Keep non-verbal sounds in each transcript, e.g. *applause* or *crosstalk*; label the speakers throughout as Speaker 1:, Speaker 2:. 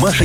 Speaker 1: Маша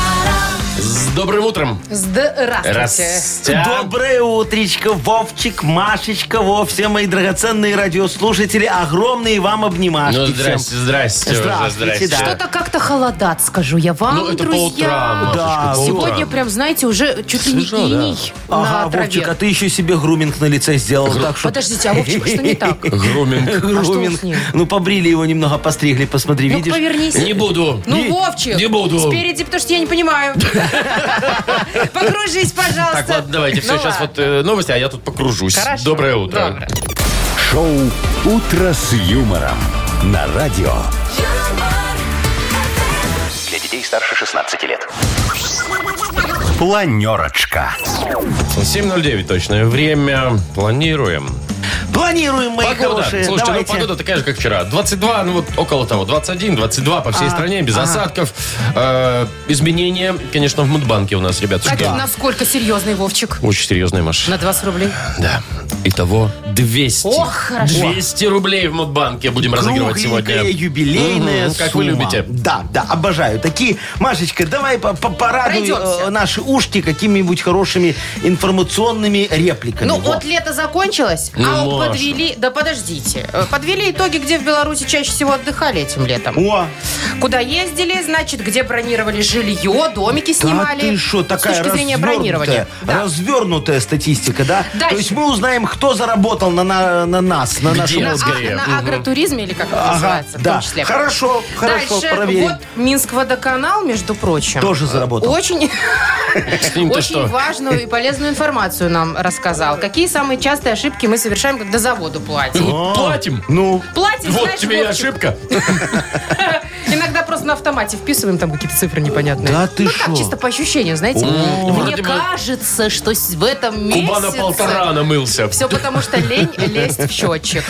Speaker 2: С добрым утром.
Speaker 3: Здравствуйте.
Speaker 2: Растя.
Speaker 4: Доброе утречко, Вовчик, Машечка, Вов, все мои драгоценные радиослушатели, огромные вам обнимашки
Speaker 2: Ну,
Speaker 4: всем.
Speaker 2: здрасте, здрасте. уже,
Speaker 4: Здравствуйте, да.
Speaker 2: здрасте.
Speaker 3: Что-то как-то холодат, скажу я вам,
Speaker 2: Ну, это по утрам,
Speaker 3: друзья.
Speaker 2: Машечка,
Speaker 4: Да,
Speaker 2: по
Speaker 3: Сегодня
Speaker 2: утрам.
Speaker 3: прям, знаете, уже чуть ли не
Speaker 2: Свежо, да.
Speaker 3: иней на
Speaker 4: Ага,
Speaker 3: траве.
Speaker 4: Вовчик, а ты еще себе груминг на лице сделал, так что...
Speaker 3: Подождите, а Вовчик, что не
Speaker 4: *laughs*
Speaker 3: так? *laughs*
Speaker 2: Груминг.
Speaker 3: А что
Speaker 4: Груминг.
Speaker 3: с ним? Ну,
Speaker 4: Ну, побрили его немного, постригли, посмотри,
Speaker 3: Ну-ка,
Speaker 4: видишь?
Speaker 3: повернись.
Speaker 2: Не буду.
Speaker 3: Ну,
Speaker 2: Не-
Speaker 3: Вовчик,
Speaker 2: Не буду.
Speaker 3: спереди, потому что я
Speaker 2: *laughs*
Speaker 3: не понимаю. Покружись, пожалуйста.
Speaker 2: Так, ладно, давайте. Все,
Speaker 3: Ну
Speaker 2: сейчас вот
Speaker 3: ладно.
Speaker 2: э, новости, а я тут покружусь.
Speaker 3: Хорошо.
Speaker 2: Доброе утро.
Speaker 3: Доброе.
Speaker 1: Шоу «Утро с юмором» на радио. Для детей старше 16 лет. Планерочка.
Speaker 2: 7.09 точное время. Планируем.
Speaker 4: Планируем, мои
Speaker 2: Погода.
Speaker 4: хорошие.
Speaker 2: Слушайте,
Speaker 4: давайте.
Speaker 2: ну погода такая же, как вчера. 22, ну вот около того. 21, 22 по всей
Speaker 3: А,
Speaker 2: стране, без осадков. Э, изменения, конечно, в Мудбанке у нас, ребята.
Speaker 3: Так,
Speaker 2: ждут.
Speaker 3: насколько серьезный Вовчик?
Speaker 2: Очень серьезная машина.
Speaker 3: На 20 рублей.
Speaker 2: Да. Итого 200.
Speaker 3: Ох, хорошо.
Speaker 2: 200 рублей в Мудбанке будем разыгрывать
Speaker 4: Кругленькая,
Speaker 2: сегодня.
Speaker 4: юбилейная
Speaker 2: Мгм, как вы
Speaker 4: сумма.
Speaker 2: любите.
Speaker 4: Да, да, обожаю. Такие, Машечка, давай по- по- порадуй
Speaker 3: Пройдемся.
Speaker 4: э, наши ушки какими-нибудь хорошими информационными репликами.
Speaker 3: Ну,
Speaker 4: Во.
Speaker 3: вот лето закончилось,
Speaker 2: Ну,
Speaker 3: а
Speaker 2: Маша.
Speaker 3: вот подвели... Да подождите. Э, Подвели итоги, где в Беларуси чаще всего отдыхали этим летом.
Speaker 4: О,
Speaker 3: Куда ездили, значит, где бронировали жилье, домики
Speaker 4: да
Speaker 3: снимали.
Speaker 4: ты что, такая
Speaker 3: С точки зрения бронирования.
Speaker 4: развернутая,
Speaker 3: Да.
Speaker 4: развернутая статистика, да?
Speaker 3: Дальше.
Speaker 4: То есть мы узнаем, кто заработал на, на, на нас, на
Speaker 2: Где?
Speaker 4: нашем
Speaker 3: На,
Speaker 2: Вот
Speaker 4: отдыхе.
Speaker 2: скорее.
Speaker 3: а- на
Speaker 2: Мгм.
Speaker 3: агротуризме или как это
Speaker 4: Ага,
Speaker 3: называется, в
Speaker 4: да.
Speaker 3: том числе.
Speaker 4: Хорошо, хорошо,
Speaker 3: Дальше,
Speaker 4: проверим.
Speaker 3: вот Минск водоканал, между прочим.
Speaker 4: Тоже заработал.
Speaker 3: Очень,
Speaker 2: *laughs* С ним-то
Speaker 3: очень
Speaker 2: что?
Speaker 3: важную и полезную информацию нам рассказал. Какие самые частые ошибки мы совершаем, когда за воду платим?
Speaker 2: Платим.
Speaker 4: Ну,
Speaker 3: Платим,
Speaker 2: Вот
Speaker 3: знаешь,
Speaker 2: тебе и
Speaker 3: Вовчик,
Speaker 2: ошибка.
Speaker 3: Иногда просто на автомате вписываем там какие-то цифры непонятные.
Speaker 4: Да ты
Speaker 3: ну,
Speaker 4: шо?
Speaker 3: так, чисто по ощущениям, знаете. Мне
Speaker 2: Вроде бы
Speaker 3: кажется, что с- в этом месяце...
Speaker 2: Кубана полтора намылся.
Speaker 3: Все потому, что
Speaker 4: *laughs*
Speaker 3: лень лезть в счетчик.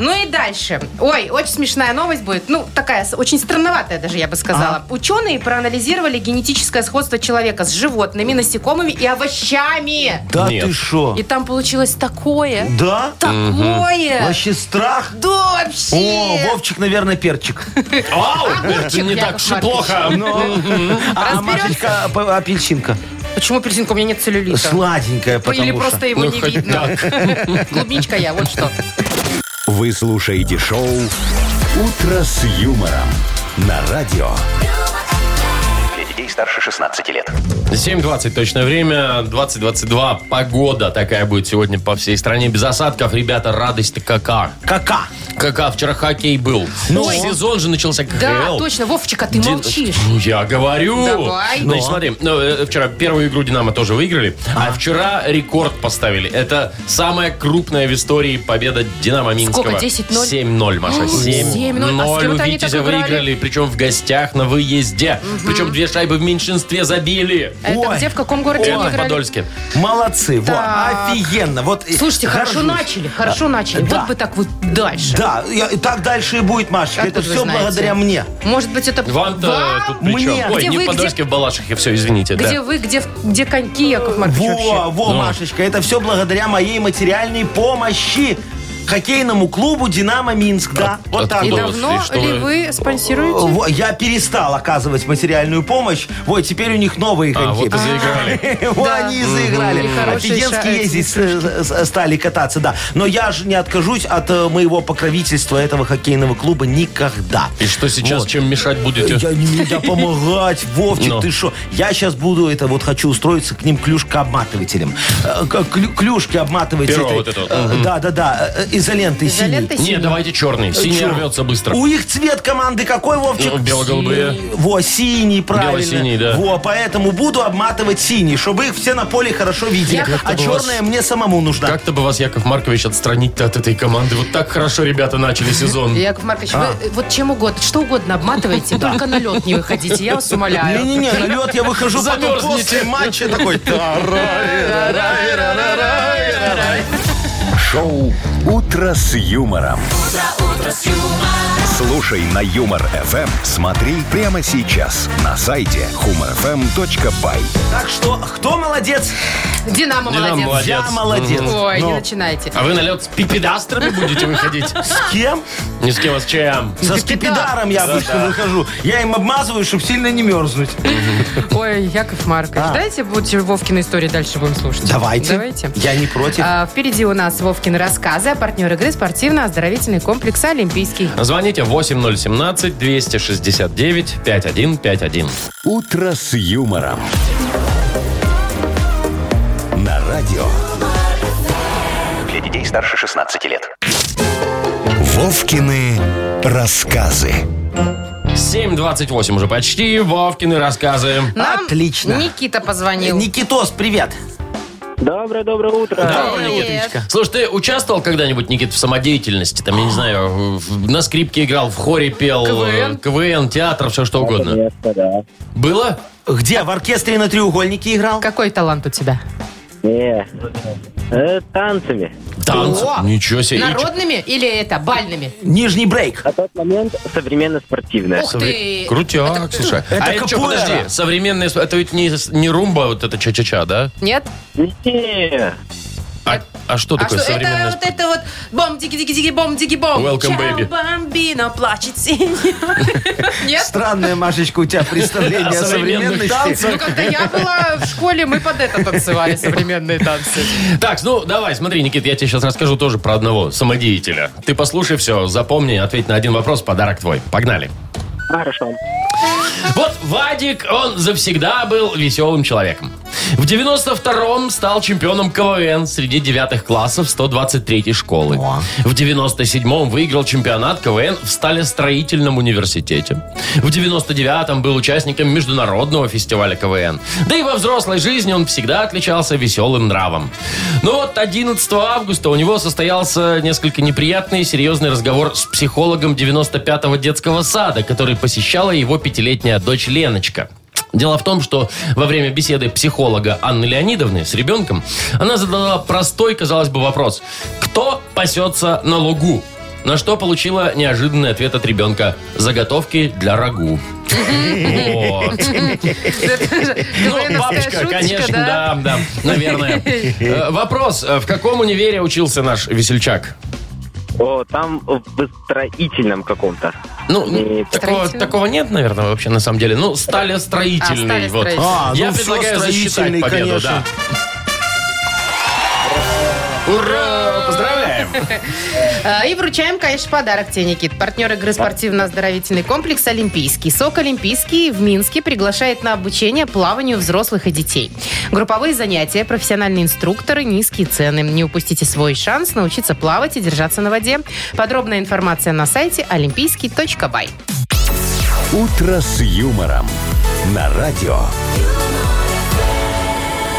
Speaker 3: Ну и дальше. Ой, очень смешная новость будет. Ну, такая, с- очень странноватая даже, я бы сказала. Ученые проанализировали генетическое сходство человека с животными, насекомыми и овощами.
Speaker 4: да
Speaker 2: Нет.
Speaker 4: ты шо?
Speaker 3: И там получилось такое.
Speaker 4: Да?
Speaker 3: Такое.
Speaker 4: Вообще страх?
Speaker 3: Да вообще.
Speaker 4: О, Вовчик, наверное, перчик.
Speaker 2: Ау, это
Speaker 3: Огурчик,
Speaker 2: не
Speaker 3: Яков
Speaker 2: так же
Speaker 3: Маркович.
Speaker 2: плохо.
Speaker 4: А
Speaker 3: Разберемся.
Speaker 4: Машечка ап- апельсинка.
Speaker 3: Почему персинка у меня нет целлюлита?
Speaker 4: Сладенькая, потому
Speaker 3: Или
Speaker 4: что.
Speaker 3: просто его
Speaker 2: Ну,
Speaker 3: не
Speaker 2: хоть
Speaker 3: видно. Клубничка я, вот что.
Speaker 1: Вы слушаете шоу «Утро с юмором» на радио. Для детей старше 16 лет.
Speaker 2: 7.20 точное время, 20.22. Погода такая будет сегодня по всей стране. Без осадков, ребята, радость-то кака.
Speaker 4: Кака.
Speaker 2: Кака, вчера хоккей был. Ну, сезон же начался как
Speaker 3: Да,
Speaker 2: ХЛ.
Speaker 3: точно, Вовчик, а ты
Speaker 2: Дин-
Speaker 3: молчишь.
Speaker 2: Ну, я говорю.
Speaker 3: Давай.
Speaker 2: Значит, смотри, ну, э, вчера первую игру «Динамо» тоже выиграли, а. вчера рекорд поставили. Это самая крупная в истории победа «Динамо» Минского.
Speaker 3: 10:0?
Speaker 2: 7-0, Маша.
Speaker 3: 7:0. А с
Speaker 2: 7-0
Speaker 3: кем
Speaker 2: у
Speaker 3: это они так
Speaker 2: Витязя
Speaker 3: играли?
Speaker 2: выиграли, причем в гостях на выезде. Причем две шайбы в меньшинстве забили.
Speaker 3: Это
Speaker 4: Ой.
Speaker 3: Э, где, в каком городе
Speaker 2: Это
Speaker 3: они
Speaker 2: в
Speaker 3: играли?
Speaker 2: Подольске.
Speaker 4: Молодцы. Во,
Speaker 3: Так.
Speaker 4: офигенно. Вот, э,
Speaker 3: Слушайте, хорошо
Speaker 4: горжусь.
Speaker 3: начали, хорошо начали.
Speaker 4: Да.
Speaker 3: Вот бы так вот дальше.
Speaker 4: Да, я- и так дальше и будет, Машечка.
Speaker 3: Откуда
Speaker 4: Это
Speaker 3: вы
Speaker 4: все
Speaker 3: знаете?
Speaker 4: благодаря мне.
Speaker 3: Может быть, это
Speaker 2: Вам-то
Speaker 3: вам?
Speaker 2: э, тут при чем?
Speaker 4: мне.
Speaker 2: Ой,
Speaker 3: Где
Speaker 2: не
Speaker 3: вы,
Speaker 2: в
Speaker 3: где-
Speaker 2: Подольске, в Балашихе. Все, извините. да.
Speaker 3: Где вы, где, где коньки, Яков Маркович,
Speaker 4: Во,
Speaker 3: вообще?
Speaker 4: во,
Speaker 2: Ну.
Speaker 4: Машечка, это все благодаря моей материальной помощи хоккейному клубу «Динамо Минск». Да, вот так
Speaker 3: И
Speaker 2: Откуда
Speaker 4: вот.
Speaker 2: вы-
Speaker 3: давно
Speaker 2: что
Speaker 3: ли
Speaker 2: вы-
Speaker 3: вы спонсируете?
Speaker 4: Во, Я перестал оказывать материальную помощь. Вот теперь у них новые
Speaker 2: А,
Speaker 4: коньки.
Speaker 2: вот и
Speaker 3: *laughs*
Speaker 2: заиграли.
Speaker 4: *laughs* Вот
Speaker 3: Да.
Speaker 4: они и заиграли.
Speaker 3: И хорошие ша-
Speaker 4: Офигенски
Speaker 3: эти
Speaker 4: ездить с- с- стали кататься, да. Но я же не откажусь от э, моего покровительства этого хоккейного клуба никогда.
Speaker 2: И что сейчас, чем мешать будете?
Speaker 4: Я не я помогать, Вовчик,
Speaker 2: Ну.
Speaker 4: ты что? Я сейчас буду, это вот хочу устроиться к ним клюшкообматывателем. Э, к- клю- Клюшки обматывать.
Speaker 2: Перо
Speaker 4: этой,
Speaker 2: вот это вот,
Speaker 4: э,
Speaker 2: мгм.
Speaker 4: Да, да, да. э, Изолентой синей.
Speaker 3: Изолента
Speaker 2: Не,
Speaker 3: синяя.
Speaker 2: давайте черный. Синий
Speaker 4: Чё?
Speaker 2: рвется быстро.
Speaker 4: У их цвет команды какой, Вовчик?
Speaker 2: Ну, бело-голубые.
Speaker 4: Во, синий, правильно.
Speaker 2: Бело-синий, да.
Speaker 4: Во, поэтому буду обматывать синий, чтобы их все на поле хорошо видели.
Speaker 3: Яков
Speaker 4: а
Speaker 2: бы вас-
Speaker 4: черная мне самому нужна.
Speaker 2: Как-то бы вас, Яков Маркович, отстранить-то от этой команды. Вот так хорошо ребята начали сезон.
Speaker 3: Яков Маркович, вы э, вот чем угодно, что угодно обматываете, только на лед не выходите, я вас умоляю.
Speaker 4: Не-не-не, на лед я выхожу потом
Speaker 2: Замерзните.
Speaker 4: после матча такой.
Speaker 1: Шоу «Утро с юмором». Слушай на Юмор ФМ. Смотри прямо сейчас на сайте humorfm.by.
Speaker 4: Так что, кто молодец?
Speaker 3: Динамо,
Speaker 2: Динамо
Speaker 3: молодец.
Speaker 2: молодец.
Speaker 4: Я молодец.
Speaker 3: Ой,
Speaker 4: Но
Speaker 3: не начинайте.
Speaker 2: А вы на лед с пипедастрами будете выходить?
Speaker 4: С кем?
Speaker 2: Ни с кем, а с чем?
Speaker 4: Со скипидаром я обычно выхожу. Я им обмазываю, чтобы сильно не мерзнуть.
Speaker 3: Ой, Яков Маркович, давайте будете Вовкины истории дальше будем слушать. Давайте.
Speaker 4: Я не против.
Speaker 3: А, впереди у нас Вовкины рассказы, а партнер игры спортивно-оздоровительный комплекс «Олимпийский».
Speaker 2: Звоните 8017-269-5151.
Speaker 1: Утро с юмором. На радио.
Speaker 5: Для детей старше 16 лет.
Speaker 1: Вовкины рассказы.
Speaker 2: 7.28 уже почти. Вовкины рассказы.
Speaker 3: Нам
Speaker 4: Отлично.
Speaker 3: Никита позвонил.
Speaker 4: Э, Никитос, привет.
Speaker 6: Доброе-доброе утро.
Speaker 2: Доброе
Speaker 3: Привет.
Speaker 2: утречко. Слушай, ты участвовал когда-нибудь, Никит, в самодеятельности? Там, я не знаю, в- на скрипке играл, в хоре пел,
Speaker 3: КВН?
Speaker 2: э, КВН театр, все что угодно.
Speaker 6: Конечно, да.
Speaker 2: Было?
Speaker 4: Где? В оркестре на треугольнике играл?
Speaker 3: Какой талант у тебя?
Speaker 6: Не. Э, танцами.
Speaker 2: Танцы?
Speaker 3: О!
Speaker 2: Ничего себе. И ч-
Speaker 3: Народными или это, бальными?
Speaker 4: Нижний брейк.
Speaker 6: На А тот момент современно-спортивная.
Speaker 3: Ух ты!
Speaker 2: Крутяк, слушай.
Speaker 4: Это
Speaker 2: а это что,
Speaker 4: капуэра.
Speaker 2: подожди, современные... сп- Это ведь не, с- не румба, вот это ча-ча-ча, да?
Speaker 3: Нет?
Speaker 6: Не.
Speaker 2: А, а что
Speaker 3: А
Speaker 2: такое
Speaker 3: что
Speaker 2: современное?
Speaker 3: это вот это вот бом диги диги диги бом диги бом
Speaker 2: Welcome, baby.
Speaker 3: бомбина
Speaker 2: *laughs*
Speaker 3: плачет синего. Нет?
Speaker 4: Странное, Машечка, у тебя
Speaker 2: О
Speaker 4: представление о
Speaker 2: современных
Speaker 4: современности.
Speaker 2: танцах.
Speaker 3: Ну, когда я была в школе, мы под это танцевали, современные танцы.
Speaker 2: Так, ну давай, смотри, Никит, я тебе сейчас расскажу тоже про одного самодеятеля. Ты послушай все, запомни, ответь на один вопрос, подарок твой. Погнали.
Speaker 6: Хорошо.
Speaker 2: Вот Вадик, он завсегда был веселым человеком. В 92-м стал чемпионом КВН среди девятых классов 123-й школы. В 97-м выиграл чемпионат КВН в сталестроительном университете. В 99-м был участником международного фестиваля КВН. Да и во взрослой жизни он всегда отличался веселым нравом. Но вот 11 августа у него состоялся несколько неприятный и серьезный разговор с психологом 95-го детского сада, который посещала его пятилетняя дочь Леночка. Дело в том, что во время беседы психолога Анны Леонидовны с ребенком она задала простой, казалось бы, вопрос. Кто пасется на лугу? На что получила неожиданный ответ от ребенка. Заготовки для рагу.
Speaker 4: *laughs*
Speaker 2: Вот.
Speaker 3: Это же
Speaker 2: Ну,
Speaker 3: КВНовская
Speaker 2: бабочка,
Speaker 3: шуточка,
Speaker 2: конечно, да, да,
Speaker 4: *laughs*
Speaker 2: наверное. Э, Вопрос, э, в каком универе учился наш весельчак?
Speaker 6: О, там в строительном каком-то.
Speaker 2: Ну,
Speaker 6: Э,
Speaker 2: такого,
Speaker 3: строительный.
Speaker 2: такого нет, наверное, вообще на самом деле. Ну, стали строительный. вот.
Speaker 3: сталестроительный.
Speaker 4: А,
Speaker 2: Я
Speaker 4: ну всё,
Speaker 2: предлагаю засчитать
Speaker 4: строительный,
Speaker 2: победу, да.
Speaker 4: конечно.
Speaker 2: Ура! Поздравляем!
Speaker 3: А, И вручаем, конечно, подарок тебе, Никит. Партнер игры спортивно-оздоровительный комплекс «Олимпийский». СОК «Олимпийский» в Минске приглашает на обучение плаванию взрослых и детей. Групповые занятия, профессиональные инструкторы, низкие цены. Не упустите свой шанс научиться плавать и держаться на воде. Подробная информация на сайте олимпийский.бай.
Speaker 1: Утро с юмором. На радио.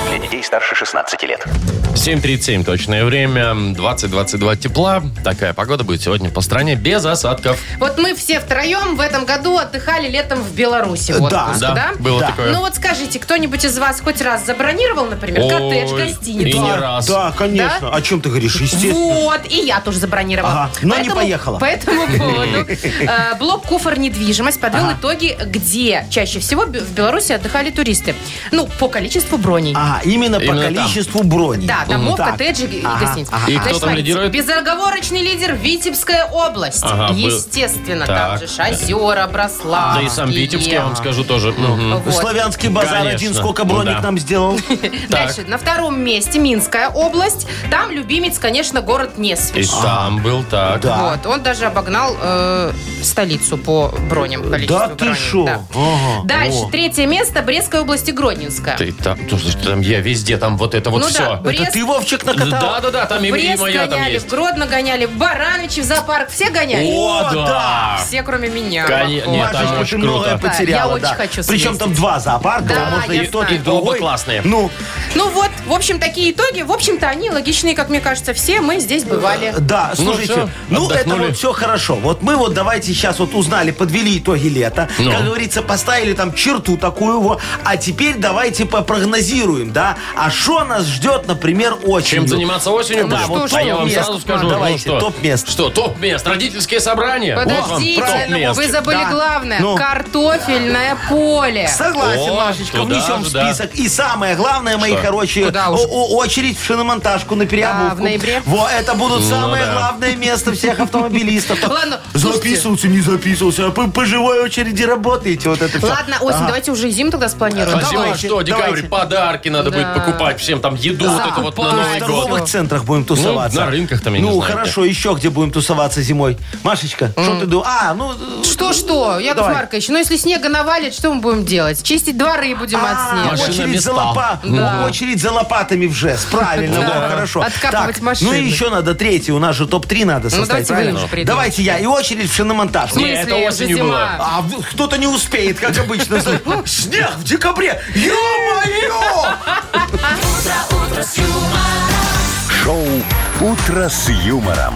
Speaker 5: Для детей старше 16 лет.
Speaker 2: 7.37 точное время, 20-22 тепла. Такая погода будет сегодня по стране, без осадков.
Speaker 3: Вот мы все втроем в этом году отдыхали летом в Беларуси. в
Speaker 4: Да.
Speaker 3: отпуск, да?
Speaker 2: было
Speaker 4: А Да.
Speaker 2: такое.
Speaker 3: Ну вот скажите, кто-нибудь из вас хоть раз забронировал, например, коттедж,
Speaker 2: Ой, и
Speaker 3: гостиницу?
Speaker 2: не
Speaker 4: Да,
Speaker 2: раз.
Speaker 4: Да, конечно. О чем ты говоришь? Естественно.
Speaker 3: Вот, и я тоже забронировала.
Speaker 4: Ага, но не поехала.
Speaker 3: По
Speaker 4: *laughs*
Speaker 3: этому поводу э, блок «Куфор недвижимость» подвел итоги, где чаще всего бе- в Беларуси отдыхали туристы. Ну, по количеству броней.
Speaker 4: А, именно по
Speaker 2: Именно там.
Speaker 4: количеству брони.
Speaker 3: Да, домов,
Speaker 4: Так.
Speaker 3: коттеджи и
Speaker 4: Ага,
Speaker 3: гостиниц.
Speaker 4: ага.
Speaker 2: И кто там
Speaker 3: смотрите,
Speaker 2: лидирует?
Speaker 3: Безоговорочный лидер Витебская область.
Speaker 2: Ага, был.
Speaker 3: Естественно,
Speaker 2: Так.
Speaker 3: там же ж озера, Брослав.
Speaker 2: Да и сам Витебск, я вам скажу тоже.
Speaker 4: Ну,
Speaker 2: Мгм.
Speaker 4: Славянский базар
Speaker 2: Конечно.
Speaker 4: один сколько броник
Speaker 2: Да.
Speaker 4: нам
Speaker 3: *laughs*
Speaker 4: сделал?
Speaker 2: Так.
Speaker 3: Дальше, на втором месте Минская область. Там любимец, конечно, город Несвич.
Speaker 2: И там был так.
Speaker 4: а. Да.
Speaker 3: Вот, он даже обогнал э, столицу по броням. количеству
Speaker 4: Да ты
Speaker 3: броней,
Speaker 4: шо?
Speaker 3: да.
Speaker 4: Ага,
Speaker 3: Дальше,
Speaker 4: о.
Speaker 3: третье место Брестской области Гродненская.
Speaker 2: Ты там, слушай, что там я везде, там вот это вот
Speaker 3: Ну да,
Speaker 2: все.
Speaker 3: Брест-
Speaker 4: Это ты, Вовчик, накатал?
Speaker 2: Да, да, да, там и, и
Speaker 3: Брест
Speaker 2: моя там
Speaker 3: гоняли, в
Speaker 2: есть.
Speaker 3: Гродно гоняли, в Барановичи, в зоопарк. Все гоняли?
Speaker 2: О,
Speaker 4: О,
Speaker 2: да!
Speaker 3: Все, кроме меня.
Speaker 2: Коне-
Speaker 3: Похоже.
Speaker 2: нет, там
Speaker 4: Машечка,
Speaker 2: очень
Speaker 4: ты многое
Speaker 2: круто.
Speaker 4: потеряла.
Speaker 3: Да, я очень
Speaker 4: да.
Speaker 3: хочу
Speaker 4: Причем там
Speaker 3: съездить.
Speaker 4: два зоопарка,
Speaker 3: Да,
Speaker 4: можно
Speaker 3: я
Speaker 4: и тот, и
Speaker 3: знаю.
Speaker 4: другой.
Speaker 2: Оба классные.
Speaker 4: Ну,
Speaker 3: Ну вот, В общем, такие итоги. В общем-то, они логичные, как мне кажется, все мы здесь бывали.
Speaker 4: Да,
Speaker 2: Ну
Speaker 4: слушайте,
Speaker 2: всё,
Speaker 4: ну, это
Speaker 2: отдохнули.
Speaker 4: вот все хорошо. Вот мы вот давайте сейчас вот узнали, подвели итоги лета.
Speaker 2: Ну.
Speaker 4: Как говорится, поставили там черту такую вот. А теперь давайте попрогнозируем, да? А что нас ждет, например, осенью?
Speaker 3: Ну,
Speaker 2: Чем заниматься осенью?
Speaker 3: Да,
Speaker 2: будем?
Speaker 3: вот
Speaker 2: а я вам
Speaker 4: топ-мест.
Speaker 2: сразу скажу. ну
Speaker 4: Давайте,
Speaker 2: что?
Speaker 4: топ-мест.
Speaker 2: Что, топ-мест? Родительские собрания? Вот вам
Speaker 3: Подождите, ну
Speaker 2: топ-мест.
Speaker 3: вы забыли
Speaker 4: Да.
Speaker 3: главное.
Speaker 4: Ну.
Speaker 3: Картофельное поле.
Speaker 4: Согласен,
Speaker 2: О,
Speaker 4: Машечка,
Speaker 2: туда
Speaker 4: внесем
Speaker 2: же,
Speaker 4: в
Speaker 2: да.
Speaker 4: список. И самое главное, мои хорошие,
Speaker 3: Куда
Speaker 4: о-
Speaker 3: уж?
Speaker 4: о- очередь в шиномонтажку на переобувку.
Speaker 3: Да, в ноябре.
Speaker 4: Во, это будут самое
Speaker 2: Ну да.
Speaker 4: главное
Speaker 2: *laughs*
Speaker 4: место всех автомобилистов. Так,
Speaker 3: Ладно, слушайте.
Speaker 4: записывался, не записывался, а по, по живой очереди работаете. Вот это всё.
Speaker 3: Ладно, осень, давайте уже и зиму тогда спланируем.
Speaker 2: А зима
Speaker 4: Давайте,
Speaker 2: что, декабрь,
Speaker 4: давайте.
Speaker 2: подарки надо будет
Speaker 3: Да.
Speaker 2: покупать всем, там еду вот это вот на Новый
Speaker 3: покупать.
Speaker 4: Ну, В
Speaker 3: Ай,
Speaker 2: год.
Speaker 4: торговых
Speaker 3: всё.
Speaker 4: центрах будем тусоваться.
Speaker 2: Ну, на рынках там, я не
Speaker 4: Ну,
Speaker 2: знаю,
Speaker 4: хорошо, еще где будем тусоваться зимой. Машечка, что ты думаешь? А, ну... э,
Speaker 3: Что-что, Яков
Speaker 4: Давай.
Speaker 3: Маркович, ну если снега навалит, что мы будем делать? Чистить дворы будем
Speaker 4: А,
Speaker 3: от снега.
Speaker 2: Машина
Speaker 4: очередь за,
Speaker 2: Вестал.
Speaker 4: лопа- ну,
Speaker 3: Да.
Speaker 4: очередь за лопатами в ЖЭС. Правильно,
Speaker 3: Да.
Speaker 4: вот, хорошо.
Speaker 3: Откапывать
Speaker 4: Так,
Speaker 3: машины. Ну,
Speaker 4: Ну и еще надо третий. У нас же топ-3 надо составить.
Speaker 3: давайте вы
Speaker 4: правильно?
Speaker 3: уже придумайте.
Speaker 4: давайте я. И очередь в шиномонтаж.
Speaker 3: В смысле,
Speaker 2: Не, это
Speaker 3: уже
Speaker 2: осенью
Speaker 3: зима.
Speaker 2: было.
Speaker 4: А в- кто-то не успеет,
Speaker 3: *laughs*
Speaker 4: как обычно. Снег в декабре. Ё-моё!
Speaker 1: Шоу «Утро с юмором».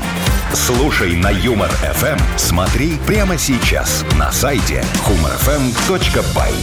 Speaker 1: Слушай на Юмор ФМ. Смотри прямо сейчас на сайте humorfm.by.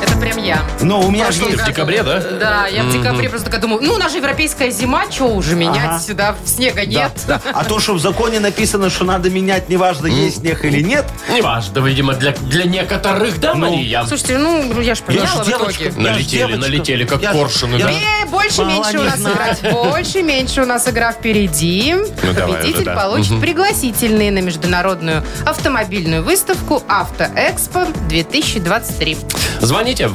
Speaker 3: Это прям я.
Speaker 4: Но у меня же
Speaker 3: Прошлом
Speaker 4: есть...
Speaker 2: в декабре, да?
Speaker 3: Да, я в декабре просто такая думаю, ну, у нас же европейская зима, что уже менять сюда, снега
Speaker 4: Да,
Speaker 3: нет.
Speaker 4: да. А то, что в законе написано, что надо менять, неважно, есть снег или нет.
Speaker 2: Не важно, да, видимо, для, для некоторых, да, Мария?
Speaker 3: Слушайте, ну, я ж
Speaker 4: Я
Speaker 3: поменяла
Speaker 4: ж
Speaker 3: в итоге.
Speaker 4: девочка, я ж
Speaker 2: Налетели,
Speaker 4: девочка.
Speaker 2: налетели, как
Speaker 4: Я ж-
Speaker 2: коршуны,
Speaker 4: я
Speaker 2: да?
Speaker 4: ж-
Speaker 3: Э, больше,
Speaker 4: Мало
Speaker 3: меньше у
Speaker 4: не
Speaker 3: нас
Speaker 4: знаю.
Speaker 3: играть. Больше, меньше у нас игра впереди.
Speaker 2: давай уже,
Speaker 3: Победитель
Speaker 2: да.
Speaker 3: получит пригласительные на международную автомобильную выставку Автоэкспо 2023.
Speaker 2: Звоните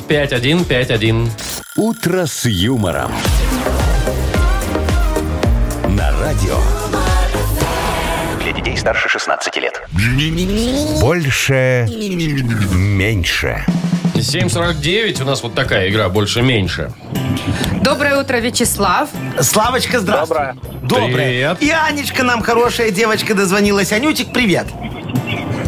Speaker 2: 8017-269-5151.
Speaker 1: «Утро с юмором». На радио
Speaker 5: Для детей старше 16 лет.
Speaker 1: «Больше, меньше».
Speaker 2: 7.49, у нас вот такая игра, больше-меньше.
Speaker 3: Доброе утро, Вячеслав.
Speaker 4: Славочка, здравствуй. Доброе.
Speaker 2: Привет.
Speaker 4: И Анечка нам хорошая девочка дозвонилась. Анютик, привет.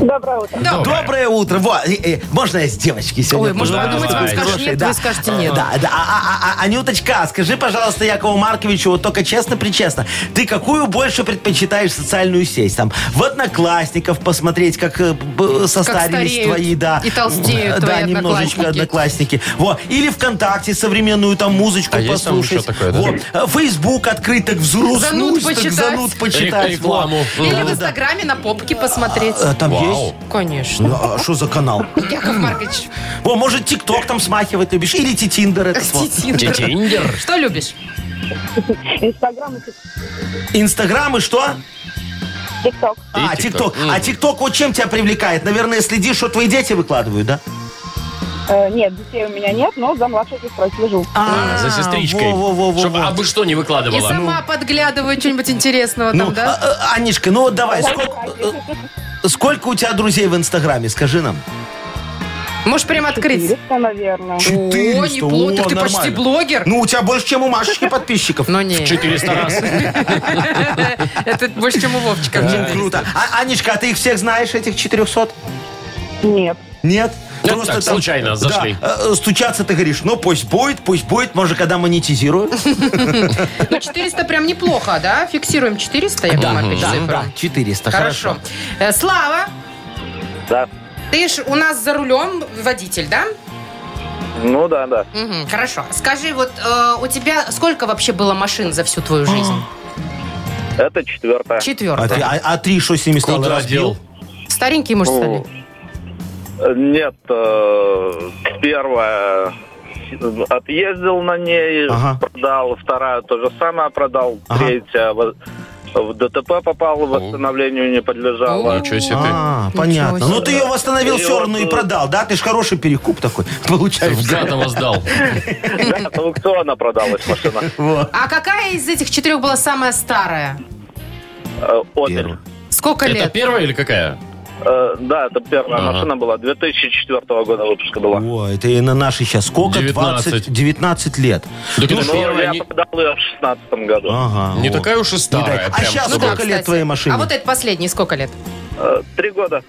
Speaker 4: Доброе утро. Во, э, э, можно я с девочки сегодня?
Speaker 3: Ой, можно
Speaker 4: поговорю?
Speaker 2: подумать, он
Speaker 4: Давай.
Speaker 3: скажет нет,
Speaker 4: ну да.
Speaker 3: вы скажете нет.
Speaker 4: Да, да. А, а, а, а, Анюточка, скажи, пожалуйста, Якову Марковичу, вот только честно-причестно, ты какую больше предпочитаешь социальную сеть? Там, в одноклассников посмотреть, как э, б- состарились
Speaker 3: стареют
Speaker 4: твои, да.
Speaker 3: и толстеют
Speaker 4: Да,
Speaker 3: твои
Speaker 4: немножечко
Speaker 3: одноклассники.
Speaker 4: одноклассники. Во. Или ВКонтакте современную там музычку
Speaker 2: А есть там еще
Speaker 4: послушать.
Speaker 2: такое, да?
Speaker 4: Во. Э, Фейсбук открыть, так взрус,
Speaker 3: Зануд почитать.
Speaker 4: зануд почитать.
Speaker 2: Рек- рекламу.
Speaker 4: Во.
Speaker 3: Или
Speaker 4: Да,
Speaker 3: в
Speaker 4: да,
Speaker 3: Инстаграме на попки посмотреть.
Speaker 4: да. Э, Там
Speaker 2: Вау.
Speaker 4: есть?
Speaker 3: Конечно.
Speaker 4: Ну, а что за канал?
Speaker 3: Яков Маркович,
Speaker 4: О, может, ТикТок там смахивать любишь? Или Титиндер это вот.
Speaker 3: Титин.
Speaker 2: Тиндер.
Speaker 3: Что любишь?
Speaker 7: Инстаграм и
Speaker 4: Инстаграм и что?
Speaker 7: ТикТок.
Speaker 4: А,
Speaker 2: И
Speaker 4: ТикТок.
Speaker 2: ТикТок. Мгм.
Speaker 4: А ТикТок вот чем тебя привлекает? Наверное, следишь, что твои дети выкладывают, да?
Speaker 7: Э, нет, детей у меня нет, но за младшей сестрой слежу.
Speaker 2: А, за сестричкой.
Speaker 4: Во-во-во-во.
Speaker 2: Чтобы а бы что не
Speaker 3: И
Speaker 2: выкладывала.
Speaker 3: сама подглядываю что нибудь интересного
Speaker 4: Ну,
Speaker 3: там, да?
Speaker 4: а, а, Анишка, ну вот давай, сколько, э, сколько у тебя друзей в Инстаграме, скажи нам? а
Speaker 3: Можешь прям открыть.
Speaker 7: 400, наверное.
Speaker 3: О, неплохо, так ты почти
Speaker 4: нормально.
Speaker 3: блогер.
Speaker 4: Ну, у тебя больше, чем у Машечки подписчиков.
Speaker 2: Ну,
Speaker 3: Но не.
Speaker 2: 400 раз.
Speaker 3: Это больше, чем у Вовчика.
Speaker 4: Ну, Круто. А, Анечка, а ты их всех знаешь, этих 400?
Speaker 7: Нет.
Speaker 4: Нет?
Speaker 2: Ну, так, случайно
Speaker 4: да,
Speaker 2: зашли.
Speaker 4: э, стучаться ты говоришь, ну пусть будет, пусть будет, может, когда монетизируют.
Speaker 3: Ну, 400 прям неплохо, да? Фиксируем 400, Яков Маркович, цифру.
Speaker 4: 400,
Speaker 3: Хорошо.
Speaker 4: хорошо.
Speaker 3: Э, Слава,
Speaker 6: Да.
Speaker 3: ты ж у нас за рулем водитель, да?
Speaker 6: Ну да, да.
Speaker 3: Мгм, хорошо. Скажи, вот э, у тебя сколько вообще было машин за всю твою жизнь?
Speaker 6: Это четвертое.
Speaker 4: А, ты-
Speaker 3: Четвертую.
Speaker 4: а- а три что с ними стало?
Speaker 2: Куда
Speaker 4: разбил?
Speaker 2: дел?
Speaker 3: Старенькие, может, стали?
Speaker 6: Нет, э, первое отъездил на ней,
Speaker 4: Ага.
Speaker 6: продал, вторая то же самое продал,
Speaker 4: Ага.
Speaker 6: третья в, в ДТП попала, восстановлению не подлежала.
Speaker 2: Ничего себе.
Speaker 4: А,
Speaker 3: Ничего
Speaker 4: понятно.
Speaker 3: себе.
Speaker 4: Ну ты ее восстановил
Speaker 6: И
Speaker 4: все
Speaker 6: вот,
Speaker 4: равно и
Speaker 6: э,
Speaker 4: продал, да? Ты же хороший перекуп такой, *laughs*
Speaker 2: В
Speaker 4: получается.
Speaker 2: Гатово сдал.
Speaker 3: Ну,
Speaker 6: Да, с аукциона продалась машина.
Speaker 3: А какая из этих четырех была самая старая?
Speaker 6: Э, Opel.
Speaker 4: Первый.
Speaker 3: Сколько
Speaker 2: Это
Speaker 3: лет?
Speaker 2: первая или какая?
Speaker 6: Э, Да, это первая
Speaker 2: Ага.
Speaker 6: машина была, 2004 года выпуска была.
Speaker 4: О, это и на наши сейчас сколько?
Speaker 2: 19.
Speaker 4: 20, 19 лет.
Speaker 2: Так это
Speaker 6: Ну,
Speaker 2: первая,
Speaker 6: я
Speaker 2: не-
Speaker 6: продал ее в 16 году.
Speaker 4: Ага.
Speaker 2: не
Speaker 4: вот.
Speaker 2: такая уж и
Speaker 4: Не
Speaker 2: старая.
Speaker 4: так. А
Speaker 2: прям, Ну
Speaker 4: сейчас
Speaker 2: чтобы-
Speaker 3: Ну
Speaker 4: сколько лет твоей машине?
Speaker 3: А вот это последний сколько лет?
Speaker 6: Э, Три года.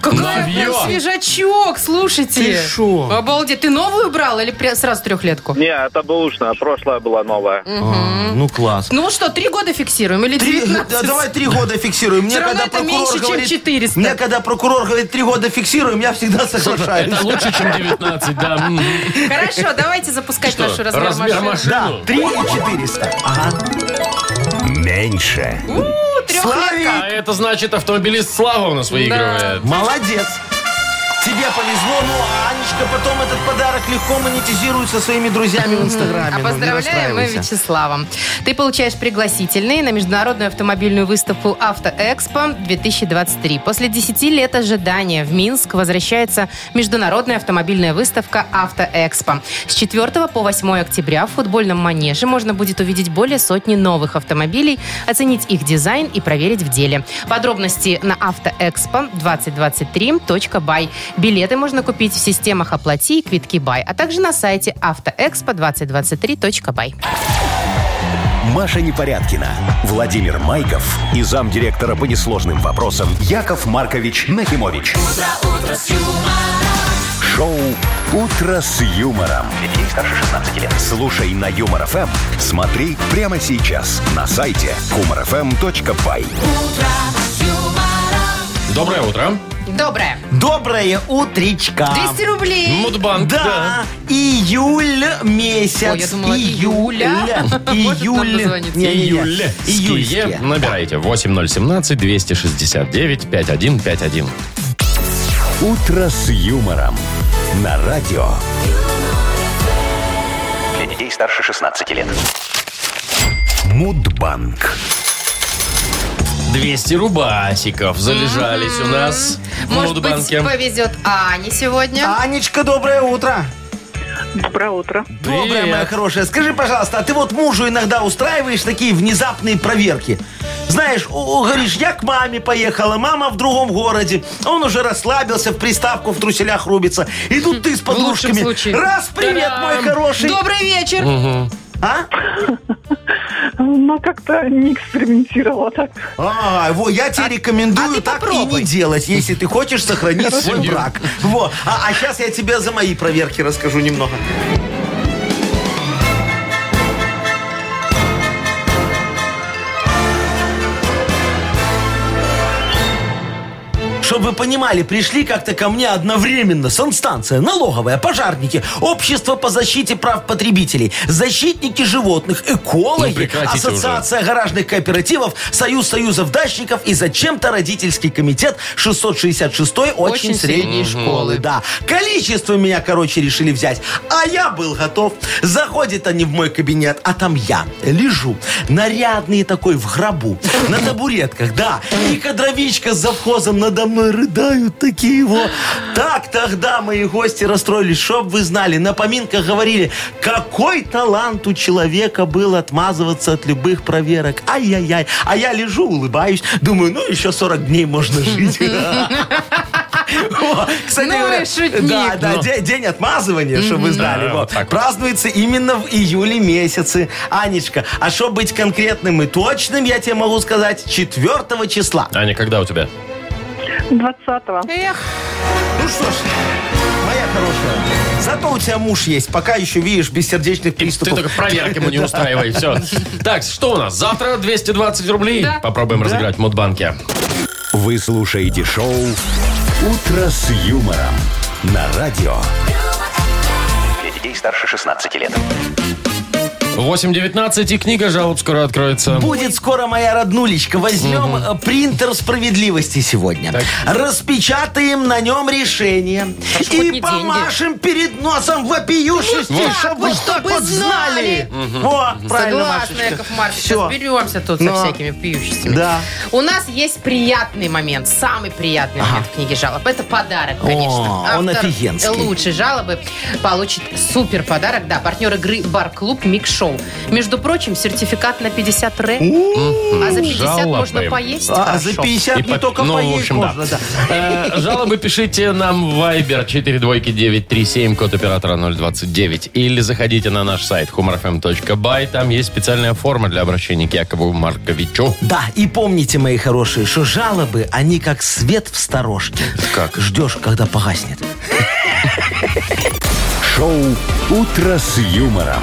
Speaker 3: Какая прям
Speaker 2: Новье.
Speaker 3: свежачок, слушайте.
Speaker 4: Ты шо?
Speaker 3: Обалдеть. Ты новую брал или пря- сразу трехлетку?
Speaker 6: Не, это бэушная, прошлая была новая.
Speaker 4: А, Ну, класс.
Speaker 3: Ну вот что, три года фиксируем или
Speaker 4: Три- э,
Speaker 3: 19?
Speaker 4: да, давай три года фиксируем. Мне
Speaker 3: Всё равно
Speaker 4: когда
Speaker 3: это
Speaker 4: прокурор
Speaker 3: меньше, чем
Speaker 4: говорит,
Speaker 3: 400.
Speaker 4: Мне когда прокурор говорит три года фиксируем, я
Speaker 2: *laughs*
Speaker 4: всегда соглашаюсь.
Speaker 2: Это лучше, чем 19, да. М.
Speaker 3: Хорошо, давайте запускать
Speaker 2: Что,
Speaker 3: нашу размер,
Speaker 2: размер
Speaker 3: машины.
Speaker 2: машины?
Speaker 4: Да, три и четыреста. Ага.
Speaker 1: Меньше.
Speaker 3: У, трёхлетка.
Speaker 4: Славик,
Speaker 2: А это значит, автомобилист Слава у нас выигрывает.
Speaker 4: молодец. Тебе повезло, ну, а Анечка потом этот подарок легко монетизирует со своими друзьями в Инстаграме.
Speaker 3: А
Speaker 4: Ну, не
Speaker 3: поздравляем мы
Speaker 4: расстраивайся.
Speaker 3: Вячеславом. Ты получаешь пригласительные на международную автомобильную выставку «Автоэкспо-2023». После 10 лет ожидания в Минск возвращается международная автомобильная выставка «Автоэкспо». С 4 по 8 октября в футбольном манеже можно будет увидеть более сотни новых автомобилей, оценить их дизайн и проверить в деле. Подробности на автоэкспо2023.бай. Билеты можно купить в системах «Оплати» и «Квитки Бай», а также на сайте автоэкспо2023.бай.
Speaker 1: Маша Непорядкина, Владимир Майков и замдиректора по несложным вопросам Яков Маркович Нахимович. Шоу Утро с юмором. Детей старше 16 лет. Слушай на юмор ФМ. Смотри прямо сейчас на сайте humorfm.by.
Speaker 2: Доброе утро.
Speaker 3: Доброе.
Speaker 4: Доброе утречка.
Speaker 3: 200
Speaker 2: ну,
Speaker 3: рублей.
Speaker 2: Мудбанк.
Speaker 4: Да, июль месяц.
Speaker 3: Ой, я думала, июля. *laughs*
Speaker 4: июля.
Speaker 3: Может, нам
Speaker 4: Июль.
Speaker 3: дозвониться.
Speaker 4: Не-не-не.
Speaker 2: Июльские.
Speaker 4: Июльские.
Speaker 2: Набирайте 8017-269-5151.
Speaker 1: Утро с юмором. На радио.
Speaker 5: Для детей старше 16 лет.
Speaker 1: Мудбанк.
Speaker 2: 200 рубасиков залежались у нас в
Speaker 3: Может быть,
Speaker 2: Мудбанке.
Speaker 3: повезет Ане сегодня.
Speaker 4: Анечка, доброе утро.
Speaker 7: Доброе утро.
Speaker 4: Доброе,
Speaker 2: Привет.
Speaker 4: моя хорошая. Скажи, пожалуйста, а ты вот мужу иногда устраиваешь такие внезапные проверки? Знаешь, о- о, говоришь, я к маме поехала, мама в другом городе. Он уже расслабился, в приставку в труселях рубится. И тут ты с
Speaker 3: лучшем
Speaker 4: подружками.
Speaker 3: случае.
Speaker 4: Раз, привет, мой
Speaker 2: Та-дам!
Speaker 4: хороший.
Speaker 3: Добрый вечер.
Speaker 4: А?
Speaker 7: Ну, как-то не экспериментировала так.
Speaker 4: А, во, я тебе
Speaker 3: а
Speaker 4: рекомендую
Speaker 3: ты
Speaker 4: так и
Speaker 3: попробуй.
Speaker 4: не делать, если ты
Speaker 3: *laughs*
Speaker 4: хочешь сохранить свой
Speaker 2: Семью.
Speaker 4: брак. Во. А, сейчас я тебе за мои проверки расскажу немного. Чтобы вы понимали, пришли как-то ко мне одновременно санстанция, налоговая, пожарники, общество по защите прав потребителей, защитники животных,
Speaker 2: Ну,
Speaker 4: экологи,
Speaker 2: прекратите уже.
Speaker 4: ассоциация Ассоциация гаражных кооперативов, Союз союзов дачников и зачем-то родительский комитет 666 очень,
Speaker 3: Очень средней
Speaker 4: средней школы. Да. Количество меня, короче, решили взять. А я был готов. Заходят они в мой кабинет, а там я лежу. Нарядный такой в гробу. На табуретках, да. И кадровичка с завхозом надо мной рыдают такие его. Так тогда мои гости расстроились, чтоб вы знали. На поминках говорили, какой талант у человека был отмазываться от любых проверок. Ай-яй-яй. А я лежу, улыбаюсь. Думаю, ну еще 40 дней можно жить. О, Кстати
Speaker 3: Ну и
Speaker 4: говоря,
Speaker 3: шутник.
Speaker 4: да, да, де- день отмазывания, чтобы вы знали.
Speaker 2: Ну. Да,
Speaker 4: вот.
Speaker 2: вот так вот.
Speaker 4: Празднуется именно в июле месяце. Анечка, а чтобы быть конкретным и точным, я тебе могу сказать 4 числа.
Speaker 2: Аня, когда у тебя?
Speaker 7: 20-го.
Speaker 3: Эх,
Speaker 4: Ну что ж, моя хорошая, зато у тебя муж есть, пока еще, видишь, без сердечных
Speaker 2: Ты
Speaker 4: приступов.
Speaker 2: только проверки ему не устраивай, все. Так, что у нас? Завтра 220 рублей.
Speaker 3: Да.
Speaker 2: Попробуем разыграть в Мудбанке.
Speaker 1: Вы слушаете шоу Утро с юмором. На радио.
Speaker 5: Для детей старше 16 лет.
Speaker 2: 8.19 и книга жалоб скоро откроется.
Speaker 4: Будет скоро моя роднулечка. Возьмем э, принтер справедливости сегодня.
Speaker 2: Так.
Speaker 4: Распечатаем на нем решение.
Speaker 3: Хорошо, хоть
Speaker 4: И
Speaker 3: не
Speaker 4: помашем перед носом вопиющести,
Speaker 3: Вот.
Speaker 4: чтобы,
Speaker 3: Вот
Speaker 4: чтоб
Speaker 3: чтобы
Speaker 4: вот знали. Во, правильно,
Speaker 3: согласна,
Speaker 4: Машечка.
Speaker 3: Яков Маркович.
Speaker 4: Всё.
Speaker 3: Сейчас беремся тут
Speaker 4: Но.
Speaker 3: со всякими пьющими.
Speaker 4: Да.
Speaker 3: У нас есть приятный момент, самый приятный момент в книге жалоб. Это подарок, конечно.
Speaker 4: он офигенский.
Speaker 3: лучшей жалобы получит супер подарок. Да, партнер игры «Бар-клуб Микшоп». шоу. Между прочим, сертификат на 50 ре. А за 50 можно
Speaker 2: жалобы.
Speaker 3: поесть.
Speaker 4: А
Speaker 3: хорошо.
Speaker 4: за 50
Speaker 2: И
Speaker 4: не
Speaker 2: по-
Speaker 4: только
Speaker 2: ну, в
Speaker 4: поесть
Speaker 2: общем, да.
Speaker 4: можно, да.
Speaker 2: Э, Жалобы пишите нам в Viber 42937, код оператора 029. Или заходите на наш сайт humorfm.by. Там есть специальная форма для обращения к Якову Марковичу.
Speaker 4: Да, и помните, мои хорошие, что жалобы, они как свет в сторожке. Как? Ждешь, когда погаснет.
Speaker 1: Шоу «Утро с юмором»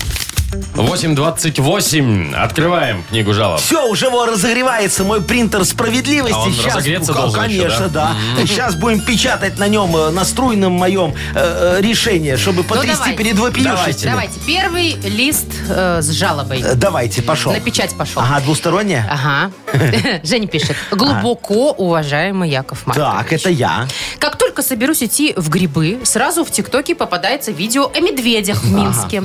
Speaker 2: 8.28. Открываем книгу жалоб.
Speaker 4: Все, уже во, разогревается мой принтер справедливости.
Speaker 2: А он
Speaker 4: Щас-
Speaker 2: разогреться
Speaker 4: Ка-
Speaker 2: должен еще,
Speaker 4: Конечно, да. Сейчас будем печатать на нем, э, на струйном моем э, э, решение, чтобы потрясти
Speaker 3: Ну, давайте.
Speaker 4: перед вопиющими.
Speaker 3: Давайте, первый лист э, с жалобой.
Speaker 4: ну. Э, Давайте, пошел.
Speaker 3: На печать пошел.
Speaker 4: Ага, двусторонняя? *laughs*
Speaker 3: Ага. Женя пишет. Глубоко уважаемый Яков Маркович.
Speaker 4: Так, это я.
Speaker 3: Как только соберусь идти в грибы, сразу в ТикТоке попадается видео о медведях в Минске.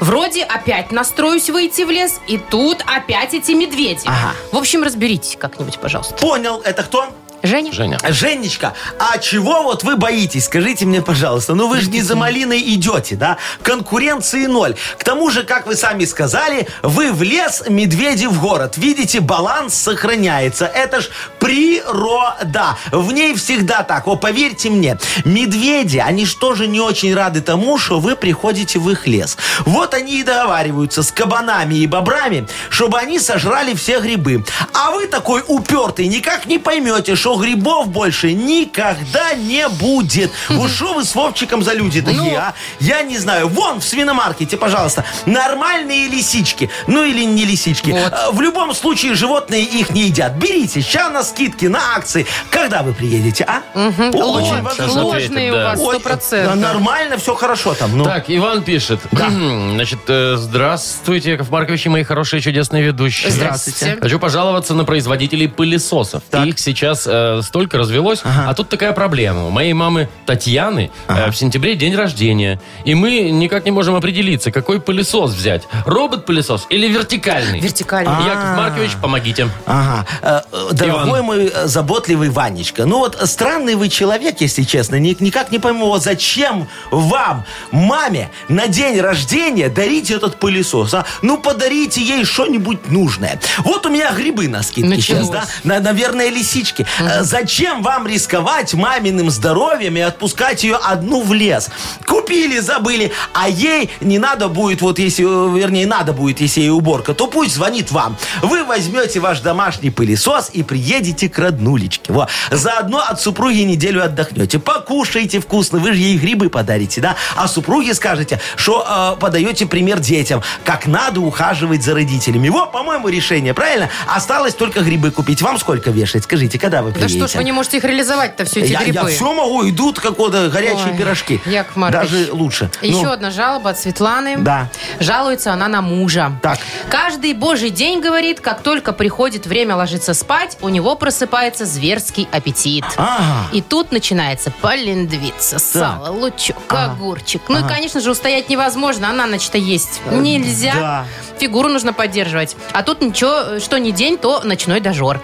Speaker 3: Вроде опять настроюсь выйти в лес, и тут опять эти медведи.
Speaker 4: Ага.
Speaker 3: В общем, разберитесь как-нибудь, пожалуйста.
Speaker 4: Понял, это кто?
Speaker 3: Женя?
Speaker 2: Женя.
Speaker 4: Женечка, а чего вот вы боитесь? Скажите мне, пожалуйста. Ну вы же не за малиной идете, да? Конкуренции ноль. К тому же, как вы сами сказали, вы в лес, медведи в город. Видите, баланс сохраняется. Это ж природа. В ней всегда так. О, поверьте мне, медведи, они же тоже не очень рады тому, что вы приходите в их лес. Вот они и договариваются с кабанами и бобрами, чтобы они сожрали все грибы. А вы такой упертый, никак не поймете, что грибов больше никогда
Speaker 3: *laughs*
Speaker 4: не будет. Вот что вы с Вовчиком за люди
Speaker 3: Ну.
Speaker 4: такие, а? Я не знаю. Вон в свиномаркете, пожалуйста, нормальные лисички. Ну или не лисички. А, В любом случае животные их не едят. Берите, сейчас на скидки, на акции. Когда вы приедете, а? О,
Speaker 3: Лож-
Speaker 4: очень
Speaker 2: Сейчас
Speaker 4: важно.
Speaker 3: ложные
Speaker 2: ответит, да.
Speaker 3: у вас,
Speaker 4: Ой,
Speaker 3: сто
Speaker 4: да,
Speaker 3: процентов.
Speaker 4: Нормально, все хорошо там. Ну.
Speaker 2: Так, Иван пишет. Значит, э, здравствуйте, Яков Маркович и мои хорошие чудесные ведущие.
Speaker 3: Здравствуйте.
Speaker 2: Хочу пожаловаться на производителей пылесосов. Их сейчас э, столько развелось, а тут такая проблема. У моей мамы Татьяны э, в сентябре день рождения, и мы никак не можем определиться, какой пылесос взять. Робот-пылесос или вертикальный?
Speaker 3: Вертикально.
Speaker 4: А,
Speaker 2: Яков Маркович, помогите.
Speaker 4: Ага. Э, э, Дорогой мой э, заботливый Ванечка, ну вот э, странный вы человек, если честно. Ни- Никак не пойму, вот зачем вам, маме, на день рождения дарить этот пылесос, а? Ну, подарите ей что-нибудь нужное. Вот у меня грибы на скидке сейчас, да?
Speaker 3: Началось.
Speaker 4: На- наверное, лисички. Э, Зачем вам рисковать маминым здоровьем и отпускать ее одну в лес? Купили, забыли, а ей не надо будет, вот если, э, вернее, надо будет, если ей уборка, то пусть звонит вам. Вы возьмете ваш домашний пылесос и приедете к роднулечке. Во. Заодно от супруги неделю отдохнете. Покушайте вкусно, вы же ей грибы подарите, да? А супруге скажете, что э, подаете пример детям, как надо ухаживать за родителями. Вот, по-моему, решение, правильно? Осталось только грибы купить. Вам сколько вешать? Скажите, когда вы
Speaker 3: Да
Speaker 4: приедете?
Speaker 3: что ж вы не можете их реализовать-то, все эти
Speaker 4: я, я
Speaker 3: грибы?
Speaker 4: все могу, идут как вот э, горячие
Speaker 3: Ой,
Speaker 4: пирожки.
Speaker 3: Яков Маркович.
Speaker 4: Даже лучше.
Speaker 3: Еще
Speaker 4: Ну,
Speaker 3: одна жалоба от Светланы.
Speaker 4: Да.
Speaker 3: Жалуется она на мужа.
Speaker 4: Так.
Speaker 3: Каждый божий день, говорит, как только приходит время ложиться спать, у него просыпается зверский аппетит.
Speaker 4: Ага.
Speaker 3: И тут начинается полиндвица, сало, лучок, огурчик. Ну и, конечно же, устоять невозможно, а на ночь-то есть нельзя.
Speaker 4: да.
Speaker 3: Фигуру нужно поддерживать. А тут ничего, что не день, то ночной дожор.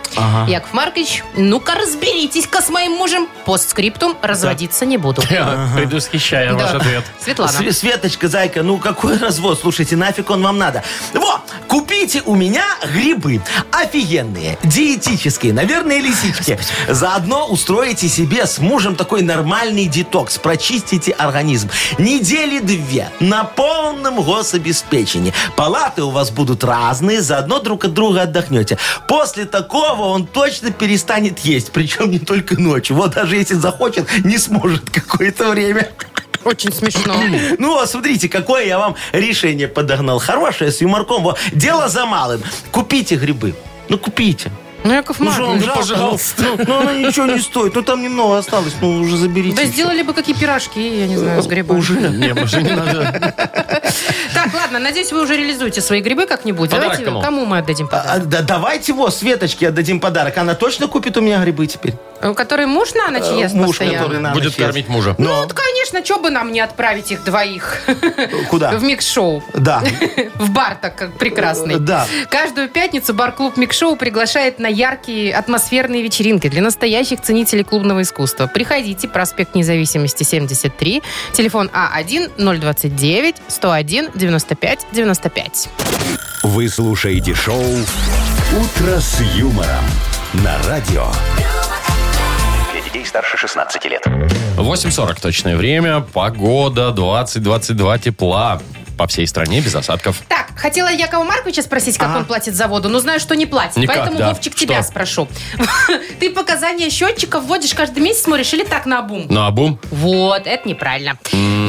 Speaker 3: Яков Маркович, ну-ка разберитесь-ка с моим мужем. Постскриптум разводиться не буду.
Speaker 2: Предвосхищаю ваш *laughs*
Speaker 3: Да.
Speaker 2: ответ.
Speaker 3: Светлана.
Speaker 4: Све- Светочка, зайка, ну какой *laughs* развод? Слушайте, нафиг он вам надо? Во, купите у меня грибы. Офигенные, диетические, наверное, лисички. Заодно устроите себе с мужем такой нормальный детокс. Прочистите организм. Недели две на полном гособеспечении. Палаты у вас будут разные, заодно друг от друга отдохнете. После такого он точно перестанет есть. Причем не только ночью. Вот даже если захочет, не сможет *laughs* какое-то время.
Speaker 3: Очень смешно.
Speaker 4: Ну, а смотрите, какое я вам решение подогнал. Хорошее, с юморком. Во, Дело за малым. Купите грибы. Ну, купите.
Speaker 3: Ну, Яков
Speaker 4: Ну, что вам
Speaker 3: Маркович,
Speaker 4: жалко?
Speaker 2: пожалуйста.
Speaker 4: Ну, ну, оно ничего не стоит. Ну, там немного осталось. Ну, уже заберите.
Speaker 3: да
Speaker 4: всё.
Speaker 3: сделали бы какие пирожки, я не знаю, с грибами.
Speaker 2: Не, больше не надо.
Speaker 3: Так, ладно, надеюсь, вы уже реализуете свои грибы как-нибудь.
Speaker 2: Подарок
Speaker 3: Давайте,
Speaker 2: кому?
Speaker 3: кому мы отдадим
Speaker 4: А, а,
Speaker 3: подарок?
Speaker 4: да, давайте его Светочке отдадим подарок. Она точно купит у меня грибы теперь?
Speaker 3: Э, Который муж на ночь ест
Speaker 4: Э, Муж,
Speaker 3: постоянно.
Speaker 4: который на
Speaker 2: Будет
Speaker 4: ночь ест.
Speaker 2: кормить мужа.
Speaker 3: Ну,
Speaker 4: Но
Speaker 3: вот, конечно, что бы нам не отправить их двоих *laughs*
Speaker 4: э, куда?
Speaker 3: в микс-шоу.
Speaker 4: Да.
Speaker 3: *laughs* В бар так как прекрасный.
Speaker 4: Э, да.
Speaker 3: Каждую пятницу бар-клуб Микшоу приглашает на яркие атмосферные вечеринки для настоящих ценителей клубного искусства. Приходите, проспект Независимости 73, телефон А А1-029-101-95-95.
Speaker 1: Вы слушаете шоу «Утро с юмором» на радио.
Speaker 5: Для детей старше 16 лет.
Speaker 2: 8.40 точное время, погода 20-22 тепла. По всей стране без осадков.
Speaker 3: Так, хотела Якова Марковича спросить, как он платит за воду, но знаю, что не платит.
Speaker 2: Никак,
Speaker 3: поэтому,
Speaker 2: да.
Speaker 3: Вовчик, тебя
Speaker 2: Что?
Speaker 3: спрошу. *laughs* Ты показания счетчика вводишь каждый месяц, смотришь, или так на обум?
Speaker 4: Ну.
Speaker 2: На Ну, а бум.
Speaker 3: Вот, это неправильно.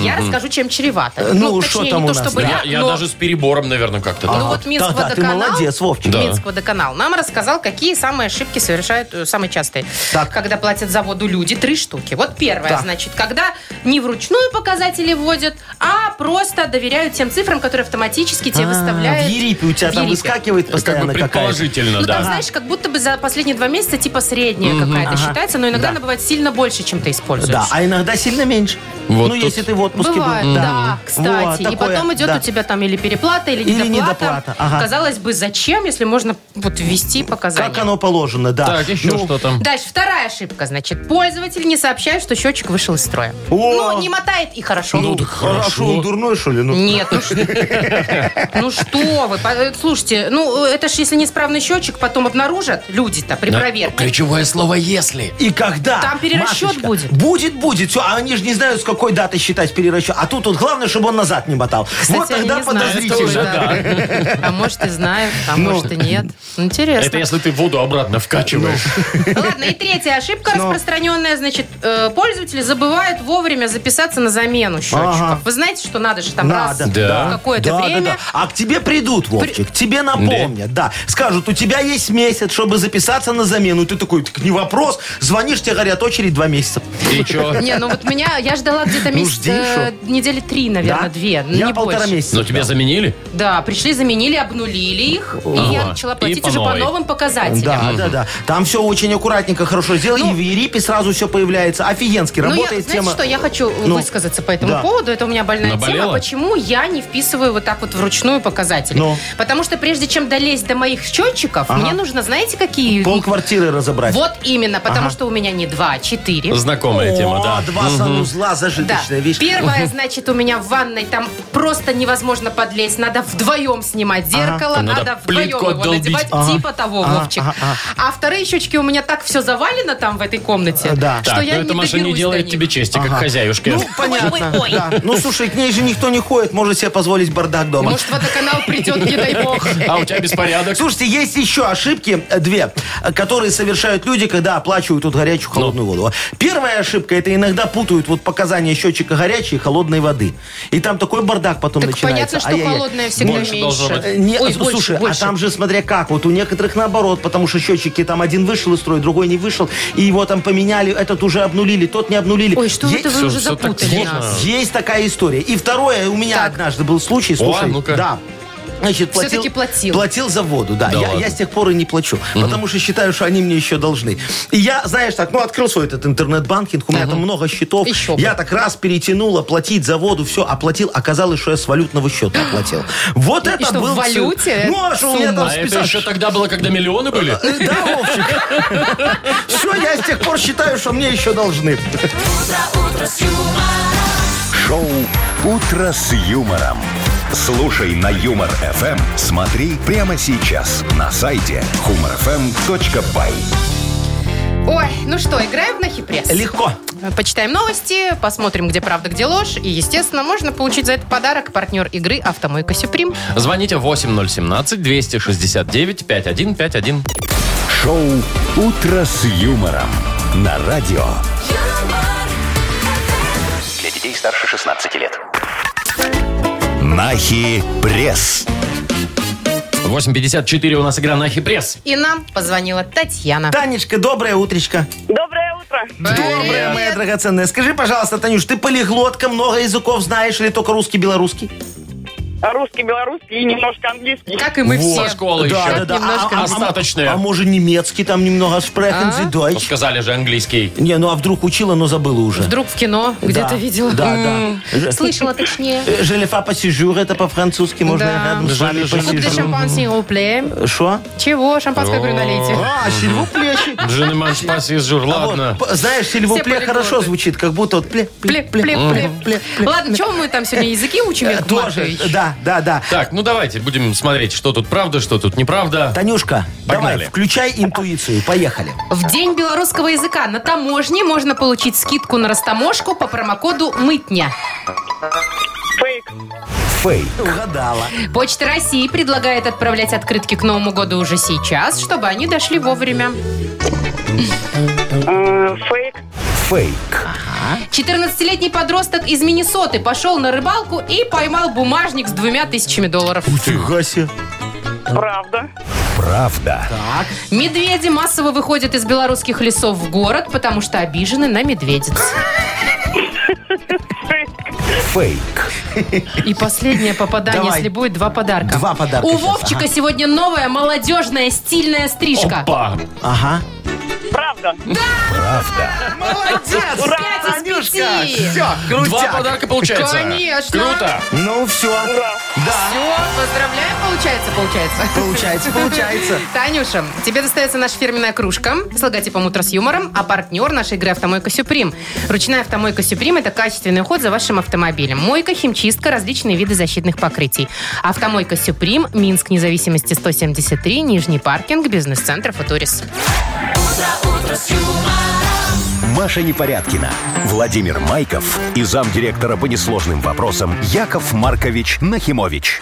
Speaker 3: Я расскажу, чем чревато.
Speaker 4: Э, ну, что там
Speaker 3: не то,
Speaker 4: у нас,
Speaker 3: чтобы
Speaker 4: да?
Speaker 2: Я, я
Speaker 3: но-
Speaker 2: даже с перебором, наверное, как-то.
Speaker 3: Ну
Speaker 2: там.
Speaker 3: вот Минск
Speaker 4: Да-да, ты
Speaker 3: водоканал.
Speaker 4: молодец, Вовчик.
Speaker 2: Да.
Speaker 3: Минск водоканал нам рассказал, какие самые ошибки совершают э, самые частые.
Speaker 4: Так.
Speaker 3: Когда платят за воду люди, три штуки. Вот первое,
Speaker 4: Так.
Speaker 3: значит, когда не вручную показатели вводят, а просто доверяют тем цифрам, которые автоматически тебе
Speaker 4: А,
Speaker 3: выставляют.
Speaker 4: В Ерипе у тебя
Speaker 3: в
Speaker 4: там
Speaker 3: Ерипе.
Speaker 4: выскакивает
Speaker 2: Как бы
Speaker 4: постоянно какая-то.
Speaker 2: предположительно,
Speaker 3: Ну,
Speaker 2: да.
Speaker 3: там, знаешь, как будто бы за последние два месяца типа средняя какая-то считается, но иногда она бывает сильно больше, чем ты используешь.
Speaker 4: Да, а иногда сильно меньше.
Speaker 2: Вот
Speaker 4: ну,
Speaker 2: тут-
Speaker 4: если ты в отпуске был.
Speaker 3: Бывает, да, кстати.
Speaker 4: Вот,
Speaker 3: и
Speaker 4: такое,
Speaker 3: потом идет
Speaker 4: да.
Speaker 3: у тебя там или переплата, или,
Speaker 4: Или
Speaker 3: недоплата.
Speaker 4: недоплата, ага.
Speaker 3: Казалось бы, зачем, если можно вот ввести показания?
Speaker 4: Как оно положено, да.
Speaker 2: Так, еще
Speaker 4: Ну,
Speaker 2: что там?
Speaker 3: Дальше, вторая ошибка, значит, пользователь не сообщает, что счетчик вышел из строя.
Speaker 4: О!
Speaker 3: Ну, не мотает и хорошо.
Speaker 2: Ну, так
Speaker 4: Хорошо,
Speaker 2: хорошо.
Speaker 4: он дурной, что ли? Ну,
Speaker 3: Нет, ну, ш- ну что вы, по- э, слушайте, ну э, это ж если неисправный счетчик потом обнаружат люди-то при
Speaker 2: Да.
Speaker 3: проверке.
Speaker 2: Ключевое слово «если».
Speaker 4: И когда?
Speaker 3: Там перерасчет
Speaker 4: Машечка?
Speaker 3: будет.
Speaker 4: Будет, будет. Все, а они же не знают, с какой даты считать перерасчет. А тут вот главное, чтобы он назад не мотал.
Speaker 3: Кстати,
Speaker 4: вот
Speaker 3: они
Speaker 4: тогда
Speaker 3: не знают,
Speaker 4: подозрительно. Ну,
Speaker 3: что это. А может и знают, а может и нет. Интересно.
Speaker 2: Это если ты воду обратно вкачиваешь.
Speaker 3: Ладно, и третья ошибка
Speaker 4: Ну.
Speaker 3: распространенная, значит, э, пользователи забывают вовремя записаться на замену счетчиков.
Speaker 4: Ага.
Speaker 3: Вы знаете, что надо же там
Speaker 4: Надо,
Speaker 3: раз
Speaker 2: Да.
Speaker 3: в какое-то
Speaker 4: Да, да,
Speaker 3: время.
Speaker 4: да. А к тебе придут, Вовчик, тебе напомнят, да. Скажут, у тебя есть месяц, чтобы записаться на замену. Ты такой, так не вопрос. Звонишь, тебе говорят, очередь два месяца.
Speaker 2: И что?
Speaker 3: Не, ну вот меня, я ждала где-то
Speaker 4: Ну,
Speaker 3: месяц,
Speaker 4: жди
Speaker 3: э, недели три, наверное,
Speaker 4: Да?
Speaker 3: две, ну,
Speaker 4: Я
Speaker 3: не
Speaker 4: полтора
Speaker 3: больше.
Speaker 4: месяца.
Speaker 2: Но тебя
Speaker 4: ждал.
Speaker 2: заменили?
Speaker 3: Да, пришли, заменили, обнулили их, и я
Speaker 2: Ага.
Speaker 3: начала
Speaker 2: И
Speaker 3: платить
Speaker 2: по
Speaker 3: уже по
Speaker 2: новой.
Speaker 3: новым показателям.
Speaker 4: Да, да, да. Там все очень аккуратненько, хорошо сделано.
Speaker 3: Ну.
Speaker 4: и в Ерипе сразу все появляется. Офигенски
Speaker 3: Ну, я,
Speaker 4: работает
Speaker 3: знаете
Speaker 4: тема.
Speaker 3: что, я хочу
Speaker 4: Ну,
Speaker 3: высказаться по этому
Speaker 4: да.
Speaker 3: поводу. Это у меня больная
Speaker 2: Наболела?
Speaker 3: тема. Почему я не вписываю вот так вот вручную показатели?
Speaker 4: Ну.
Speaker 3: Потому что прежде чем долезть до моих счетчиков,
Speaker 4: Ага.
Speaker 3: мне нужно, знаете, какие...
Speaker 4: Пол квартиры разобрать.
Speaker 3: Вот именно, потому что у меня не два, а четыре.
Speaker 2: Знакомая тема,
Speaker 4: О,
Speaker 2: да.
Speaker 4: два санузла,
Speaker 3: Да.
Speaker 4: зажиточная вещь.
Speaker 3: Первое, значит, у меня в ванной там просто невозможно подлезть. Надо вдвоем снимать зеркало,
Speaker 2: Там надо
Speaker 3: надо, вдвоем
Speaker 2: плитку
Speaker 3: его
Speaker 2: отдолбить.
Speaker 3: надевать,
Speaker 4: Ага.
Speaker 3: типа того,
Speaker 4: Ага,
Speaker 3: Вовчик.
Speaker 4: ага,
Speaker 3: А вторые щечки у меня так все завалено там в этой комнате,
Speaker 4: Э, да.
Speaker 3: что
Speaker 2: Так,
Speaker 3: я
Speaker 2: ну
Speaker 3: не
Speaker 2: эта машина не
Speaker 3: доберусь
Speaker 2: делает
Speaker 3: до
Speaker 2: тебе
Speaker 3: них.
Speaker 2: чести, как
Speaker 4: Ага.
Speaker 2: хозяюшке.
Speaker 4: Ну, понятно.
Speaker 3: Ой, ой, ой.
Speaker 4: да. Ну, слушай, к ней же никто не ходит, может себе позволить бардак дома.
Speaker 3: Может, водоканал придет, не дай бог.
Speaker 2: А у тебя беспорядок?
Speaker 4: Слушайте, есть еще ошибки, э, две, э, которые совершают люди, когда оплачивают тут горячую холодную воду. Первая ошибка, это иногда путают вот показания счетчика горячей и холодной воды. И там такой бардак потом
Speaker 3: Так
Speaker 4: начинается.
Speaker 3: понятно,
Speaker 4: а
Speaker 3: что
Speaker 4: Ай-яй-яй.
Speaker 3: холодная всегда
Speaker 2: Больше должно
Speaker 3: меньше.
Speaker 2: быть.
Speaker 4: Э, не,
Speaker 3: Ой,
Speaker 4: с-
Speaker 3: больше,
Speaker 4: слушай,
Speaker 3: больше.
Speaker 4: а там же смотря как, вот у некоторых наоборот, потому что счетчики там один вышел из строя, другой не вышел, и его там поменяли, этот уже обнулили, тот не обнулили.
Speaker 3: Ой, что
Speaker 4: Есть-
Speaker 3: это вы
Speaker 2: всё-
Speaker 3: уже
Speaker 2: всё так
Speaker 3: запутали
Speaker 2: сложно.
Speaker 3: нас?
Speaker 4: Есть такая история. И второе, у меня
Speaker 3: Так.
Speaker 4: однажды был случай, слушай,
Speaker 2: ну-ка.
Speaker 4: да. Значит, платил,
Speaker 3: Всё-таки платил.
Speaker 4: Платил за воду, да.
Speaker 2: Да
Speaker 4: я,
Speaker 2: ладно.
Speaker 4: я с тех пор и не плачу, потому что считаю, что они мне еще должны. И я, знаешь, так, ну, открыл свой этот интернет-банкинг, у меня там много счетов.
Speaker 3: Еще бы.
Speaker 4: я так раз перетянула платить за воду, все, оплатил. Оказалось, что я с валютного счета оплатил. Вот это
Speaker 3: что, в
Speaker 4: был... цирк.
Speaker 3: валюте?
Speaker 4: Ну, а что у меня
Speaker 3: Сумма.
Speaker 4: там
Speaker 2: А это
Speaker 4: список?
Speaker 2: еще тогда было, когда миллионы были?
Speaker 4: Э, Да, Вовчик. Все, я с тех пор считаю, что мне еще должны.
Speaker 1: Шоу «Утро с юмором». Слушай на Юмор ФМ. Смотри прямо сейчас на сайте humorfm.by.
Speaker 3: Ой, ну что, играем в нахипресс?
Speaker 4: Легко.
Speaker 3: Э, Почитаем новости, посмотрим, где правда, где ложь. И, естественно, можно получить за это подарок партнер игры «Автомойка Сюприм».
Speaker 2: Звоните 8017-269-5151.
Speaker 1: Шоу «Утро с юмором» на радио.
Speaker 5: Для детей старше 16 лет.
Speaker 1: Нахи пресс.
Speaker 2: 8.54 у нас игра на хипресс.
Speaker 3: И нам позвонила Татьяна.
Speaker 4: Танечка, доброе утречко.
Speaker 7: Доброе утро.
Speaker 4: Доброе, моя драгоценная. Скажи, пожалуйста, Танюш, ты полиглотка, много языков знаешь или только русский, белорусский?
Speaker 6: А
Speaker 7: Русский, белорусский и немножко английский.
Speaker 3: Как и мы
Speaker 2: Вот.
Speaker 3: все.
Speaker 2: Со школы
Speaker 4: Да,
Speaker 2: еще.
Speaker 4: да, да.
Speaker 3: Немножко.
Speaker 4: А- а- а-
Speaker 2: Остаточное.
Speaker 4: А, может, немецкий там немного спрехен,
Speaker 3: А?
Speaker 2: Ну, Сказали же английский.
Speaker 4: Не, ну а вдруг учила, но забыла уже.
Speaker 3: Вдруг в кино где-то видела.
Speaker 4: Да,
Speaker 3: М,
Speaker 4: да.
Speaker 3: Слышала точнее.
Speaker 4: Э, Je le fais pas si jour, это по-французски, можно
Speaker 3: Да.
Speaker 4: я рядом с вами
Speaker 2: Je le fais
Speaker 3: Куда
Speaker 4: посижу.
Speaker 3: шампан сиропле?
Speaker 4: Что?
Speaker 3: Чего? Шампанское говорю, налейте.
Speaker 4: А, сильву
Speaker 3: *laughs*
Speaker 4: плечи.
Speaker 2: Дженеман спас из
Speaker 4: А
Speaker 2: жур. Ладно.
Speaker 4: Знаешь, сильву
Speaker 3: Все
Speaker 4: пле
Speaker 3: полиглоты.
Speaker 4: хорошо звучит, как будто вот пле,
Speaker 3: Пле, пле, пле. Ладно, чего мы там сегодня языки учим,
Speaker 4: Э,
Speaker 3: Яков
Speaker 4: Тоже,
Speaker 3: Маркович?
Speaker 4: да, да, да.
Speaker 2: Так, ну давайте будем смотреть, что тут правда, что тут неправда.
Speaker 4: Танюшка,
Speaker 2: Погнали.
Speaker 4: давай, включай интуицию, поехали.
Speaker 3: В день белорусского языка на таможне можно получить скидку на растаможку по промокоду «Мытня».
Speaker 7: Фейк.
Speaker 1: Фейк.
Speaker 4: Угадала.
Speaker 3: Почта России предлагает отправлять открытки к Новому году уже сейчас, чтобы они дошли вовремя.
Speaker 7: Э, Фейк.
Speaker 1: Фейк.
Speaker 3: 14-летний подросток из Миннесоты пошел на рыбалку и поймал бумажник с двумя тысячами долларов.
Speaker 4: Фига себе.
Speaker 7: Правда.
Speaker 1: Правда.
Speaker 3: Медведи массово выходят из белорусских лесов в город, потому что обижены на медведиц.
Speaker 1: Фейк.
Speaker 3: И последнее попадание,
Speaker 4: Давай.
Speaker 3: если будет, два подарка.
Speaker 4: Два подарка
Speaker 3: У
Speaker 4: сейчас,
Speaker 3: Вовчика
Speaker 4: ага.
Speaker 3: сегодня новая молодежная стильная стрижка.
Speaker 2: Опа!
Speaker 4: Ага.
Speaker 7: Правда.
Speaker 4: Молодец!
Speaker 3: Ура,
Speaker 4: Пять из пяти.
Speaker 3: Танюшка!
Speaker 4: Все,
Speaker 2: Два
Speaker 4: крутяк.
Speaker 2: подарка получается.
Speaker 3: Конечно.
Speaker 2: Круто.
Speaker 4: Ну все. Да,
Speaker 3: Все, поздравляем, получается, получается.
Speaker 4: получается, получается.
Speaker 3: Танюша, тебе достается наша фирменная кружка с логотипом «Утро с юмором», а партнер нашей игры «Автомойка Сюприм». Ручная «Автомойка Сюприм» – это качественный уход за вашим автомобилем. Мойка, химчистка, различные виды защитных покрытий. «Автомойка Сюприм», Минск, независимости 173, Нижний паркинг, бизнес-центр «Футурис».
Speaker 1: Маша Непорядкина, Владимир Майков и замдиректора по несложным вопросам Яков Маркович Нахимович.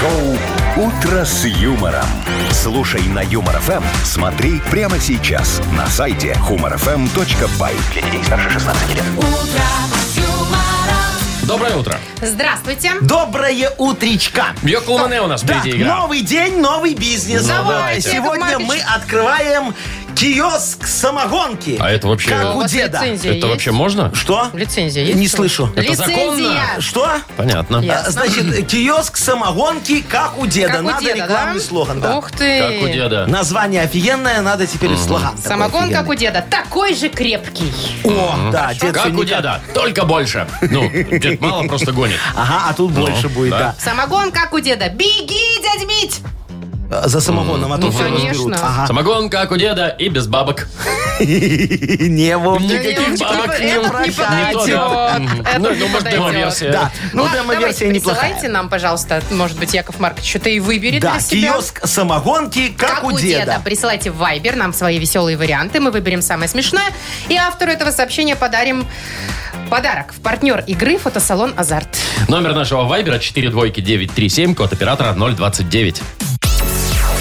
Speaker 1: Шоу «Утро с юмором». Слушай на Юмор ФМ, смотри прямо сейчас на сайте humorfm.by. Для детей старше 16 лет.
Speaker 2: Доброе утро.
Speaker 3: Здравствуйте.
Speaker 4: Доброе утречка.
Speaker 2: Йоколмане у нас
Speaker 4: Да,
Speaker 2: впереди игра. Ну,
Speaker 4: новый день, новый бизнес.
Speaker 3: давайте.
Speaker 4: Сегодня
Speaker 3: Яков
Speaker 4: мы
Speaker 3: Маркович.
Speaker 4: открываем киоск самогонки.
Speaker 2: А это вообще-
Speaker 4: Как
Speaker 3: У
Speaker 4: у
Speaker 3: вас
Speaker 4: деда.
Speaker 3: лицензия
Speaker 2: Это
Speaker 3: есть?
Speaker 2: вообще можно?
Speaker 4: Что?
Speaker 3: Лицензия есть?
Speaker 4: Не слышу.
Speaker 2: Это законно?
Speaker 3: Лицензия!
Speaker 4: Что?
Speaker 2: Понятно.
Speaker 3: Я.
Speaker 4: А, Значит, киоск самогонки, как у деда.
Speaker 3: Как у
Speaker 4: Надо
Speaker 3: деда,
Speaker 4: рекламный
Speaker 3: да?
Speaker 4: слоган. да.
Speaker 3: Ух ты.
Speaker 2: Как у деда.
Speaker 4: Название офигенное, надо теперь слоган. такой
Speaker 3: Самогон, как у
Speaker 4: офигенный.
Speaker 3: деда, такой же крепкий.
Speaker 4: О, да, дед
Speaker 2: Как
Speaker 4: всё
Speaker 2: у
Speaker 4: никак.
Speaker 2: деда, только больше. Ну, дед мало просто гонит.
Speaker 4: Ага, а тут больше будет,
Speaker 2: Ну, да.
Speaker 4: да.
Speaker 3: Самогон, как у деда. Беги, дядь Мить!
Speaker 4: Э, За самогоном, а то
Speaker 3: Ну,
Speaker 4: все
Speaker 3: конечно.
Speaker 4: разберут. Ага.
Speaker 2: Самогон, как у деда, и без бабок.
Speaker 4: Не вовремя.
Speaker 2: Никаких
Speaker 3: Вовчик,
Speaker 2: бабок
Speaker 3: ну, этот не
Speaker 2: Не то, да.
Speaker 3: подойдет.
Speaker 2: М,
Speaker 3: Этот
Speaker 2: Ну,
Speaker 3: не
Speaker 2: ну, может,
Speaker 3: подойдет.
Speaker 2: демо-версия.
Speaker 4: Да, ну
Speaker 3: Ладно,
Speaker 4: демо-версия
Speaker 3: давайте
Speaker 4: неплохая.
Speaker 3: присылайте нам, пожалуйста, может быть, Яков Маркович что-то и выберет
Speaker 4: Да,
Speaker 3: для себя.
Speaker 4: киоск самогонки, как,
Speaker 3: Как у деда. Присылайте в Viber нам свои веселые варианты. Мы выберем самое смешное. И автору этого сообщения подарим подарок. В партнер игры фотосалон «Азарт».
Speaker 2: Номер нашего вайбера 42937, код оператора 029.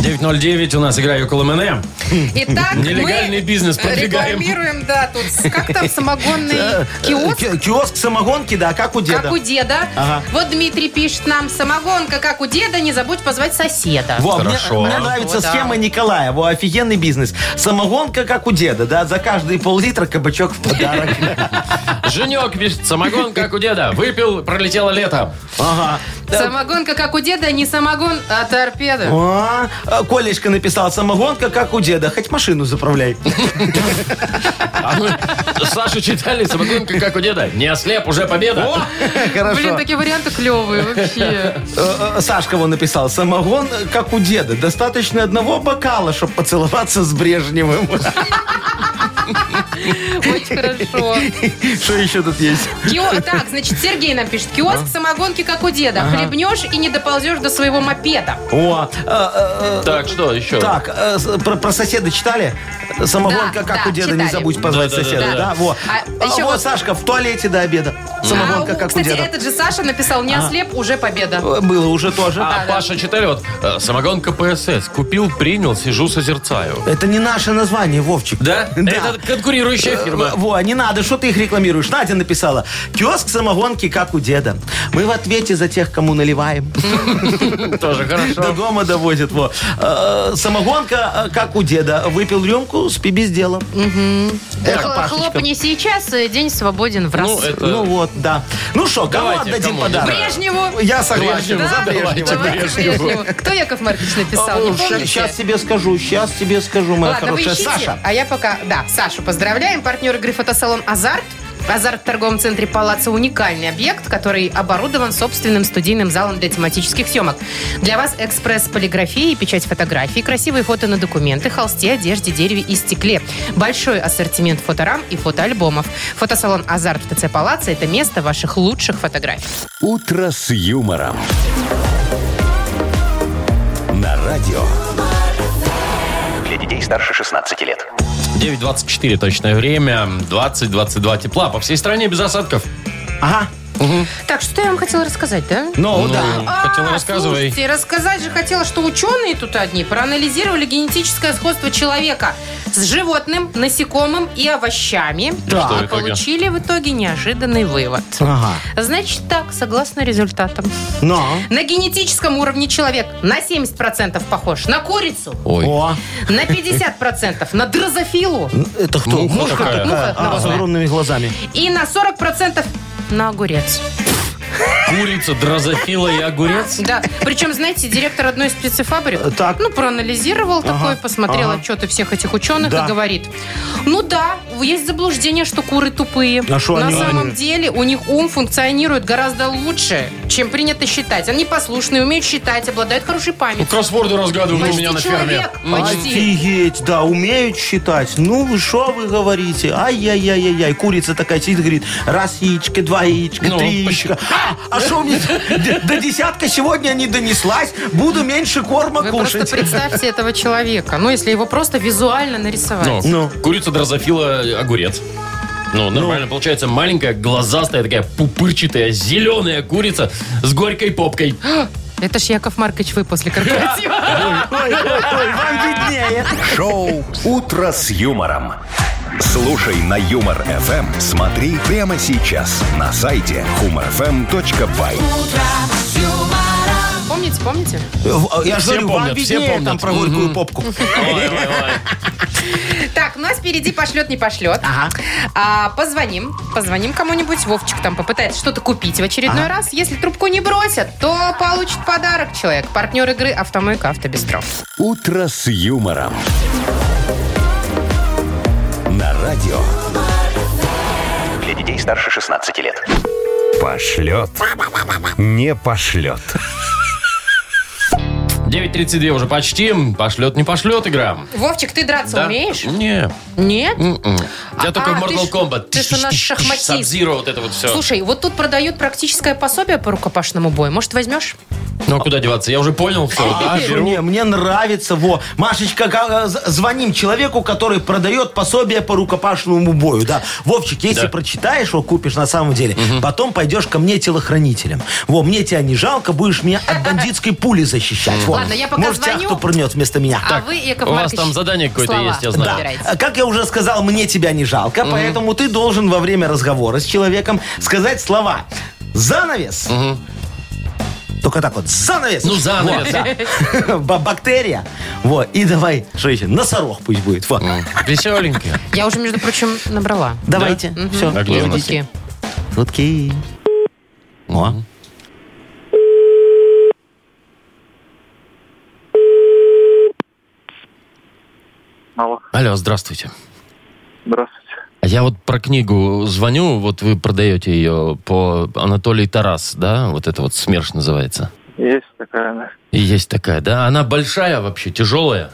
Speaker 2: 909 у нас игра Йоколэмэне. *laughs*
Speaker 3: Итак,
Speaker 2: Нелегальный
Speaker 3: мы
Speaker 2: бизнес продвигаем.
Speaker 3: рекламируем, да, тут, с- как там,
Speaker 4: *laughs*
Speaker 3: самогонный киоск.
Speaker 4: Э, Ки- Киоск самогонки, да, как у деда.
Speaker 3: Как у деда.
Speaker 4: Ага.
Speaker 3: Вот Дмитрий пишет нам, самогонка, как у деда, не забудь позвать соседа.
Speaker 4: Во, мне,
Speaker 2: Хорошо.
Speaker 4: мне нравится
Speaker 3: О, да.
Speaker 4: схема Николая. Во, офигенный бизнес. Самогонка, как у деда, да, за каждые пол-литра кабачок в подарок.
Speaker 2: Женек пишет, самогон, как у деда. Выпил, пролетело лето.
Speaker 4: Ага.
Speaker 3: Самогонка, как у деда, не самогон, а торпеда.
Speaker 4: А, а, Колечка написал, самогонка, как у деда, хоть машину заправляй.
Speaker 3: *laughs*
Speaker 2: А мы Сашу читали, самогонка, как у деда. Не ослеп, уже победа.
Speaker 3: Блин,
Speaker 4: Хорошо.
Speaker 3: такие варианты клевые
Speaker 4: *laughs*
Speaker 3: вообще.
Speaker 4: Э, э, Сашка вон написал, самогон, э, как у деда, достаточно одного бокала, чтобы поцеловаться с Брежневым.
Speaker 3: Очень хорошо.
Speaker 4: *laughs* Что еще тут есть?
Speaker 3: Кио- Так, значит, Сергей нам пишет. Киоск самогонки, как у деда. Хлебнешь и не доползешь до своего мопеда.
Speaker 4: О, э, э,
Speaker 2: Так, что еще?
Speaker 4: Так, э, с- про, про соседа читали? Самогонка,
Speaker 3: Да,
Speaker 4: как
Speaker 3: да,
Speaker 4: у деда, не
Speaker 3: читали.
Speaker 4: забудь позвать
Speaker 2: Да-да-да,
Speaker 4: соседа,
Speaker 2: да.
Speaker 4: да? Во.
Speaker 3: А
Speaker 4: А
Speaker 3: еще
Speaker 4: вот,
Speaker 3: вот-
Speaker 4: Сашка, в туалете до обеда. Самогонка
Speaker 3: А,
Speaker 4: как у
Speaker 3: Кстати,
Speaker 4: деда.
Speaker 3: этот же Саша написал, не ослеп, уже победа.
Speaker 4: Э, Было уже тоже.
Speaker 2: А Паша читает, самогон КПСС. Купил, принял, сижу, созерцаю.
Speaker 4: Это не наше название, Вовчик.
Speaker 2: Да? Это конкурирующая фирма.
Speaker 4: Э, Во, не надо, что ты их рекламируешь? Надя написала. Киоск самогонки, как у деда. Мы в ответе за тех, кому наливаем.
Speaker 2: Тоже
Speaker 4: До
Speaker 2: хорошо.
Speaker 4: дома доводит. Во. Э, Самогонка, э, как у деда. Выпил рюмку, спи без дела. Эх,
Speaker 8: Хл-
Speaker 4: Пашечка.
Speaker 8: Э, Хлопни сейчас, э, день свободен в раз.
Speaker 2: Ну, это...
Speaker 4: Ну вот, да. Ну что, кому
Speaker 2: Давайте,
Speaker 4: отдадим
Speaker 2: кому
Speaker 4: подарок?
Speaker 2: отдадим?
Speaker 3: Брежневу.
Speaker 4: Я согласен.
Speaker 2: Брежневу,
Speaker 4: За
Speaker 2: давайте.
Speaker 4: Брежнева.
Speaker 3: Давайте
Speaker 2: Брежневу.
Speaker 3: Брежневу. Кто Яков Маркович написал, не помните?
Speaker 4: Сейчас Ну, тебе скажу, сейчас тебе скажу, моя
Speaker 3: Ладно, вы
Speaker 4: хорошая
Speaker 3: ищите,
Speaker 4: Саша.
Speaker 3: а я пока... Да, Сашу поздравляем. Партнер игры фотосалон «Азарт». «Азарт» в торговом центре «Палаца» – уникальный объект, который оборудован собственным студийным залом для тематических съемок. Для вас экспресс полиграфии, печать фотографий, красивые фото на документы, холсте, одежде, дереве и стекле. Большой ассортимент фоторам и фотоальбомов. Фотосалон «Азарт» в ТЦ «Палаца» – это место ваших лучших фотографий.
Speaker 1: «Утро с юмором». На радио.
Speaker 5: Для детей старше 16 лет.
Speaker 2: 9.24 точное время, 20-22 тепла по всей стране без осадков.
Speaker 4: Ага.
Speaker 3: Так, что я вам хотела рассказать, да?
Speaker 4: Ну,
Speaker 2: Ну,
Speaker 4: да.
Speaker 2: Хотела
Speaker 3: А,
Speaker 2: рассказывай.
Speaker 3: Слушайте, рассказать же хотела, что ученые тут одни проанализировали генетическое сходство человека с животным, насекомым и овощами.
Speaker 4: Да.
Speaker 2: Что
Speaker 3: И
Speaker 2: в итоге?
Speaker 3: получили в итоге неожиданный вывод.
Speaker 4: Ага.
Speaker 3: Значит так, согласно результатам.
Speaker 4: Но.
Speaker 3: На генетическом уровне человек на 70% похож на курицу,
Speaker 2: Ой.
Speaker 4: О.
Speaker 3: на 50% на дрозофилу
Speaker 4: Это кто?
Speaker 2: Муха такая.
Speaker 4: такая?
Speaker 3: Муха,
Speaker 4: А, с
Speaker 3: новая.
Speaker 4: огромными глазами.
Speaker 3: и на 40% на огурец.
Speaker 2: Курица, дрозофила и огурец.
Speaker 3: Да, причем, знаете, директор одной из специфабрик,
Speaker 4: Э, так.
Speaker 3: ну, проанализировал такой, посмотрел
Speaker 4: ага.
Speaker 3: отчеты всех этих ученых
Speaker 4: Да.
Speaker 3: и говорит, ну да, есть заблуждение, что куры тупые.
Speaker 4: А шо
Speaker 3: На
Speaker 4: они?
Speaker 3: самом деле у них ум функционирует гораздо лучше, чем принято считать. Они послушные, умеют считать, обладают хорошей
Speaker 2: Ну,
Speaker 3: памятью.
Speaker 2: кроссворды разгадывают у
Speaker 3: Почти
Speaker 2: меня на ферме.
Speaker 3: человек,
Speaker 4: А,
Speaker 3: почти.
Speaker 4: Офигеть, да, умеют считать. Ну, вы что вы говорите? Ай-яй-яй-яй-яй. Курица такая сидит, говорит, раз яичко, два яичка,
Speaker 2: Ну,
Speaker 4: три яичка. А что мне *laughs* д- до десятка сегодня не донеслась? Буду меньше корма
Speaker 3: Вы
Speaker 4: кушать.
Speaker 3: просто представьте этого человека. Ну, если его просто визуально нарисовать.
Speaker 2: Ну,
Speaker 4: Ну.
Speaker 2: курица, дрозофила, э, огурец. Ну, нормально. Получается маленькая, глазастая, такая пупырчатая, зеленая курица с горькой попкой.
Speaker 3: Это ж Яков Маркович вы после
Speaker 4: *laughs*
Speaker 3: корпоратива.
Speaker 4: Ой, ой, ой, вам виднее.
Speaker 1: Шоу «Утро с юмором». Слушай на Юмор ФМ. Смотри прямо сейчас на сайте humorfm.by.
Speaker 3: Помните, помните?
Speaker 4: В- э, Я же
Speaker 2: Все
Speaker 4: говорю, вам
Speaker 2: помнят, все
Speaker 4: виднее там
Speaker 2: помнят.
Speaker 4: про горькую попку.
Speaker 2: Ой, ой, ой.
Speaker 3: Так, у нас впереди пошлет, не пошлет.
Speaker 4: Ага.
Speaker 3: А, позвоним, позвоним кому-нибудь. Вовчик там попытается что-то купить в очередной раз. Если трубку не бросят, то получит подарок человек. Партнер игры «Автомойка Автобестро».
Speaker 1: «Утро с юмором». На радио.
Speaker 5: Для детей старше 16 лет.
Speaker 9: Пошлет. Не пошлет.
Speaker 2: 9.32 уже почти. Пошлет, не пошлет игра.
Speaker 3: Вовчик, ты драться
Speaker 2: Да?
Speaker 3: умеешь?
Speaker 2: Не.
Speaker 3: Нет?
Speaker 2: м-м. Я
Speaker 3: А,
Speaker 2: только в
Speaker 3: ты
Speaker 2: Mortal
Speaker 3: ж-
Speaker 2: Kombat.
Speaker 3: ты ж у нас шахматист.
Speaker 2: Сабзиро, вот это вот все.
Speaker 3: Слушай, вот тут продают практическое пособие по рукопашному бою. Может, возьмешь?
Speaker 2: Ну а куда деваться? Я уже понял все. Да,
Speaker 4: Слушай,
Speaker 2: беру.
Speaker 4: А не, мне нравится. Во, Машечка, га- э, з- звоним человеку, который продает пособие по рукопашному бою. Да. Вовчик, если
Speaker 2: Да.
Speaker 4: прочитаешь его, купишь на самом деле, потом пойдешь ко мне телохранителем. Во, мне тебя не жалко, будешь меня от бандитской пули защищать. Во.
Speaker 3: Ладно, я пока
Speaker 4: Может, тебя
Speaker 3: звоню.
Speaker 4: кто пырнет вместо меня.
Speaker 3: а вы, Яков
Speaker 2: у вас
Speaker 3: Маркович,
Speaker 2: там задание какое-то
Speaker 3: слова
Speaker 2: есть, я знаю.
Speaker 3: подбирайте.
Speaker 4: А Как я уже сказал, мне тебя не жалко, поэтому ты должен во время разговора с человеком сказать слова «занавес». Только так вот, занавес.
Speaker 2: Ну, занавес,
Speaker 4: Во, да. Ба- Бактерия. Вот, и давай, что еще, носорог пусть будет. Вот.
Speaker 2: Веселенький.
Speaker 3: Я уже, между прочим, набрала.
Speaker 4: Давайте, все.
Speaker 2: А где у нас?
Speaker 3: Дудки.
Speaker 4: Сутки. О.
Speaker 6: Алло,
Speaker 2: Алло, здравствуйте.
Speaker 6: здравствуйте.
Speaker 2: А Я вот про книгу звоню, вот вы продаете ее по Анатолий Тарас, да? Вот это вот «Смерш» называется.
Speaker 6: Есть такая, да.
Speaker 2: И есть такая, да? Она большая вообще, тяжелая.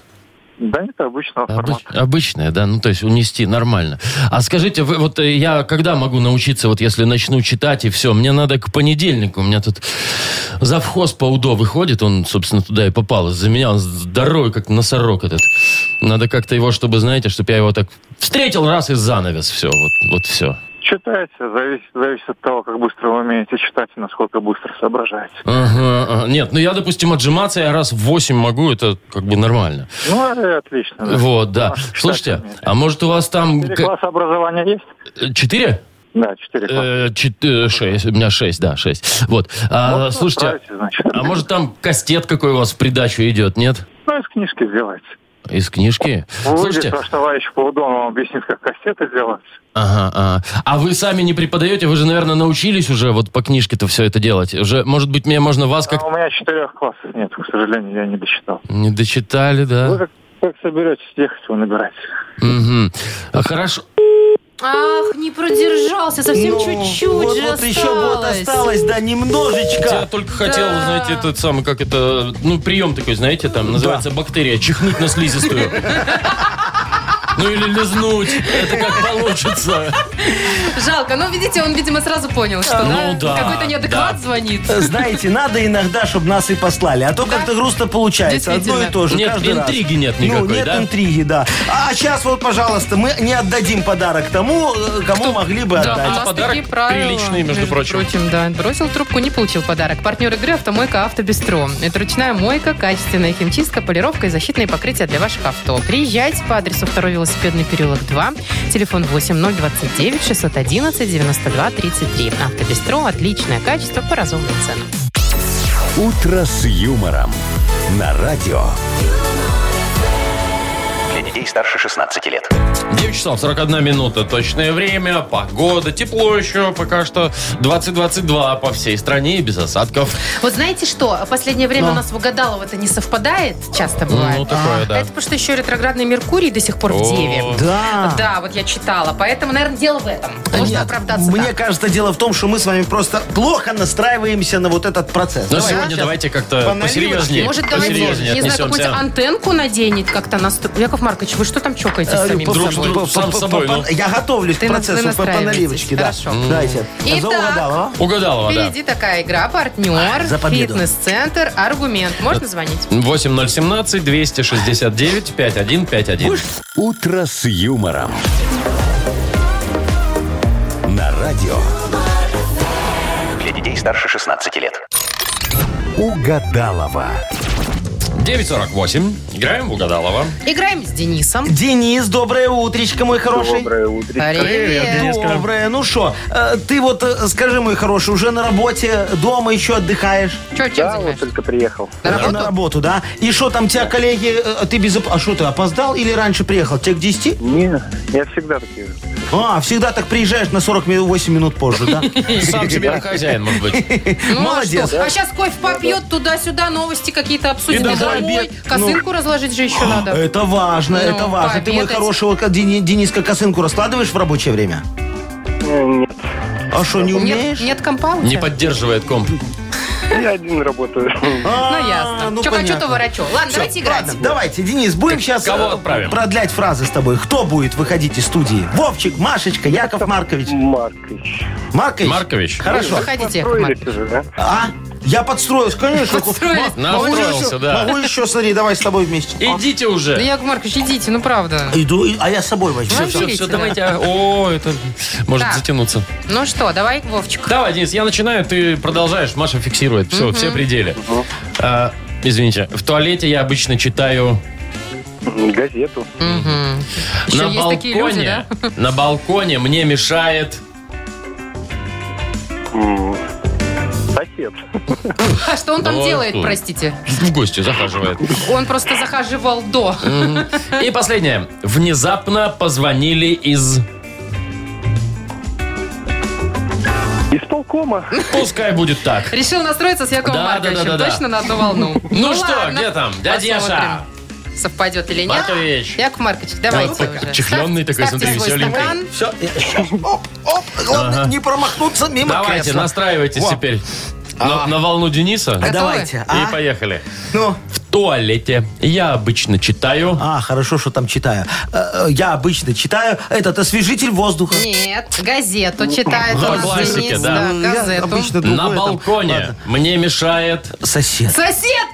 Speaker 6: Да нет, обычного
Speaker 2: Обыч-
Speaker 6: формата.
Speaker 2: обычная, да, ну то есть унести нормально. А скажите, вы, вот э, я когда могу научиться, вот если начну читать и все, мне надо к понедельнику, у меня тут завхоз по УДО выходит, он, собственно, туда и попал, из-за меня он здоровый, как носорог этот. Надо как-то его, чтобы, знаете, чтобы я его так встретил раз и занавес, все, вот, вот все.
Speaker 6: Читайте, зависит, зависит от того, как быстро вы умеете читать и насколько быстро соображаете.
Speaker 2: Ага, ага. Нет, ну я, допустим, отжиматься я раз в 8 могу, это как бы нормально.
Speaker 6: Ну, это отлично. да.
Speaker 2: Вот, да.
Speaker 6: Ага, читать
Speaker 2: Слушайте,
Speaker 6: умеете.
Speaker 2: а может у вас там... э,
Speaker 6: Четыре класса образования есть?
Speaker 2: Четыре?
Speaker 6: Да, четыре класса.
Speaker 2: Э, чет- э, Шесть. У меня шесть, да, шесть. Вот. А,
Speaker 6: Ну,
Speaker 2: Слушайте,
Speaker 6: справитесь, значит.
Speaker 2: а может там кастет какой у вас в придачу идет, нет?
Speaker 6: Ну, из книжки сделайте.
Speaker 2: Из книжки?
Speaker 6: Выйдет
Speaker 2: Слушайте,
Speaker 6: ваш товарищ по УДО, он вам объяснит, как кассеты делаются.
Speaker 2: ага, ага. а вы сами не преподаете? Вы же, наверное, научились уже вот по книжке-то все это делать. Уже, может быть, мне можно вас как
Speaker 6: А у меня четырех классов нет, к сожалению, я не досчитал.
Speaker 2: не дочитали,
Speaker 6: А, Вы
Speaker 2: да?
Speaker 6: как, как соберетесь ехать, вы набираете.
Speaker 2: Мгм. А Хорошо.
Speaker 3: Ах, не продержался, совсем
Speaker 4: Ну,
Speaker 3: чуть-чуть
Speaker 4: вот,
Speaker 3: же
Speaker 4: вот еще вот осталось, да,
Speaker 2: Я
Speaker 4: немножечко.
Speaker 2: только хотел, знаете, этот самый, как это, ну, прием такой, знаете, там называется бактерия, чихнуть на
Speaker 6: *laughs*
Speaker 2: слизистую. Ну или лизнуть, это как получится.
Speaker 3: Жалко, но видите, он, видимо, сразу понял, что
Speaker 2: Ну да,
Speaker 3: какой-то неадекват
Speaker 2: да.
Speaker 3: звонит.
Speaker 4: Знаете, надо иногда, чтобы нас и послали. А то как-то грустно получается. Одно и то же.
Speaker 2: Нет,
Speaker 4: каждый раз.
Speaker 2: интриги нет
Speaker 4: Ну,
Speaker 2: никакой,
Speaker 4: нет
Speaker 2: да?
Speaker 4: интриги, да. А сейчас вот, пожалуйста, мы не отдадим подарок тому, э, кому могли бы
Speaker 2: а
Speaker 4: отдать.
Speaker 3: У нас
Speaker 2: подарок
Speaker 3: такие правила,
Speaker 2: приличный, между прочим.
Speaker 3: да. Бросил трубку, не получил подарок. Партнер игры «Автомойка Автобестро». Это ручная мойка, качественная химчистка, полировка и защитные покрытия для ваших авто. Приезжайте по адресу 2 велосипедный переулок 2, телефон 8029 611 92 33. «Автобестро» – отличное качество по разумным ценам.
Speaker 1: «Утро с юмором» на радио.
Speaker 10: Для детей старше 16 лет.
Speaker 2: 9 часов 41 минута, точное время, погода, тепло еще пока что, 20-22 по всей стране и без осадков.
Speaker 3: Вот знаете что? Последнее время у нас в Угадалово-то не совпадает, часто бывает.
Speaker 2: Ну, такое, да.
Speaker 3: Это потому что еще ретроградный Меркурий до сих пор
Speaker 2: О.
Speaker 3: в Деве.
Speaker 4: Да.
Speaker 3: Да, вот я читала. Поэтому, наверное, дело в этом.
Speaker 4: Да
Speaker 3: Можно
Speaker 4: нет,
Speaker 3: оправдаться.
Speaker 4: Мне
Speaker 3: так.
Speaker 4: кажется, дело в том, что мы с вами просто плохо настраиваемся на вот этот процесс.
Speaker 2: Но
Speaker 4: Давай, а,
Speaker 2: сегодня
Speaker 4: щас
Speaker 2: давайте как-то
Speaker 4: по
Speaker 2: посерьезнее,
Speaker 3: Может, давайте,
Speaker 2: посерьезнее
Speaker 3: не знаю, какую-нибудь
Speaker 2: отнесемся.
Speaker 3: антенку наденет как-то на стр- Яков Маркович, вы что там чокаетесь
Speaker 4: Э,
Speaker 3: самим
Speaker 4: по-
Speaker 2: Друг
Speaker 4: по-
Speaker 2: с
Speaker 3: собой?
Speaker 2: другом.
Speaker 4: по-
Speaker 2: сам
Speaker 4: по-
Speaker 2: собой,
Speaker 4: по-
Speaker 2: ну.
Speaker 4: Я готовлюсь к
Speaker 3: Ты на-
Speaker 4: процессу
Speaker 3: вы
Speaker 4: по- по
Speaker 3: настраиваетесь,
Speaker 4: наливочке, да.
Speaker 3: хорошо. М.
Speaker 4: Давайте.
Speaker 3: Итак.
Speaker 4: Заугадала.
Speaker 2: Угадалова, да.
Speaker 3: Впереди такая игра, партнер,
Speaker 4: За победу.
Speaker 3: фитнес-центр, аргумент. Можно звонить?
Speaker 2: 8017 269 5151.
Speaker 1: «Утро с юмором». На радио
Speaker 10: Для детей старше 16 лет.
Speaker 1: «Угадалова».
Speaker 2: 948. Играем в
Speaker 3: *laughs*
Speaker 2: угадалово.
Speaker 3: Играем с Денисом.
Speaker 4: Денис, доброе утречко, мой хороший.
Speaker 6: Доброе утро.
Speaker 3: Привет.
Speaker 4: Доброе. Э, Ну что, ты вот э, скажи, мой хороший, уже на работе, дома еще отдыхаешь?
Speaker 3: Че, чем
Speaker 4: Э,
Speaker 6: Да, вот
Speaker 3: занимаешься?
Speaker 6: только приехал.
Speaker 3: На работу?
Speaker 4: На работу, да? И что там тебя коллеги, э, ты без... оп- А что ты, опоздал или раньше приехал? Тебе к 10?
Speaker 6: Не, я всегда такие.
Speaker 4: А, всегда так приезжаешь на 48 минут позже,
Speaker 3: *laughs*
Speaker 4: да?
Speaker 2: Сам себе хозяин, может быть.
Speaker 3: Ну, а
Speaker 4: Молодец.
Speaker 3: что? А сейчас кофе попьет туда-сюда, новости какие-то обсудим.
Speaker 2: И
Speaker 3: И
Speaker 2: домой.
Speaker 3: домой.
Speaker 4: Ну.
Speaker 3: Косынку разложить же
Speaker 4: А,
Speaker 3: еще надо.
Speaker 4: Это важно,
Speaker 3: Ну,
Speaker 4: это важно. Ты, мой
Speaker 3: пообедать.
Speaker 4: хороший, вот, как Дени- Дениска косынку раскладываешь в рабочее время?
Speaker 6: Э, Нет,
Speaker 4: А что, не умеешь?
Speaker 3: Нет, нет компа у
Speaker 2: Не
Speaker 3: тебя?
Speaker 2: поддерживает комп.
Speaker 6: я один работаю.
Speaker 4: А,
Speaker 3: Ну, ясно.
Speaker 4: ну,
Speaker 3: Че хочу,
Speaker 4: понятно.
Speaker 3: то ворочу. Ладно,
Speaker 4: Всё,
Speaker 3: давайте играть.
Speaker 4: ладно, давайте, Денис, будем сейчас
Speaker 2: кого отправим?
Speaker 4: продлять фразы с тобой. Кто будет выходить из студии? Вовчик, Машечка, Яков Маркович.
Speaker 6: Маркович.
Speaker 4: Маркович?
Speaker 2: Маркович.
Speaker 4: Хорошо.
Speaker 3: Выходите, Яков
Speaker 6: Строились
Speaker 3: Маркович.
Speaker 6: уже, да?
Speaker 4: А? Я подстроился, конечно.
Speaker 3: Подстроились.
Speaker 4: М- могу
Speaker 2: Настроился,
Speaker 4: еще-
Speaker 2: да.
Speaker 4: Могу еще, смотри, давай с тобой вместе.
Speaker 2: Идите
Speaker 3: Да,
Speaker 2: уже.
Speaker 3: Яков Маркович, идите, ну правда.
Speaker 4: Иду, и- а я с собой возьму.
Speaker 3: Ну,
Speaker 2: Все, все,
Speaker 3: Удивительно.
Speaker 2: давайте. а, О, это может
Speaker 3: Так.
Speaker 2: затянуться.
Speaker 3: Ну что, давай, Вовчик.
Speaker 2: Давай, Денис, я начинаю, ты продолжаешь. Маша фиксирует. Все, все пределы. А, Извините, в туалете я обычно читаю
Speaker 6: М, Газету.
Speaker 3: Мгм. Еще
Speaker 2: на
Speaker 3: есть такие люди, да?
Speaker 2: балконе. На балконе мне мешает.
Speaker 6: М, Сосед.
Speaker 3: А что он там
Speaker 2: Ну,
Speaker 3: делает,
Speaker 2: ой.
Speaker 3: простите?
Speaker 2: В гости захаживает.
Speaker 3: Он просто захаживал до.
Speaker 2: И последнее. Внезапно позвонили из...
Speaker 6: Исполкома.
Speaker 2: Пускай будет так.
Speaker 3: Решил настроиться с Яковом
Speaker 2: Да, да,
Speaker 3: Марковичем.
Speaker 2: да, да, да.
Speaker 3: Точно на одну волну.
Speaker 2: *laughs* Ну что,
Speaker 3: ладно.
Speaker 2: где там? Дядя
Speaker 3: Посмотрим,
Speaker 2: Яша.
Speaker 3: Совпадет или нет?
Speaker 2: Маркович.
Speaker 3: Яков Маркович, давайте
Speaker 2: так
Speaker 3: уже.
Speaker 2: чехленный
Speaker 3: Ставьте-
Speaker 2: такой, смотри,
Speaker 3: ставьте свой
Speaker 2: веселенький.
Speaker 3: стакан.
Speaker 4: Все,
Speaker 2: *laughs*
Speaker 4: оп, оп, главное не промахнуться мимо
Speaker 2: Давайте,
Speaker 4: кресла.
Speaker 2: настраивайтесь
Speaker 4: Во.
Speaker 2: теперь
Speaker 3: А.
Speaker 2: на, на волну Дениса.
Speaker 4: А Давайте.
Speaker 2: И
Speaker 4: А?
Speaker 2: поехали.
Speaker 4: Ну.
Speaker 2: В туалете я обычно читаю.
Speaker 4: А, хорошо, что там читаю. Э, э, Я обычно читаю этот освежитель воздуха.
Speaker 3: Нет, газету читает
Speaker 2: По
Speaker 3: у нас
Speaker 2: классике,
Speaker 3: Денис,
Speaker 2: да.
Speaker 3: да,
Speaker 4: Ну, Я
Speaker 3: газету.
Speaker 4: обычно другое
Speaker 2: На
Speaker 4: там.
Speaker 2: балконе
Speaker 4: Ладно.
Speaker 2: мне мешает.
Speaker 4: Сосед.
Speaker 3: Сосед!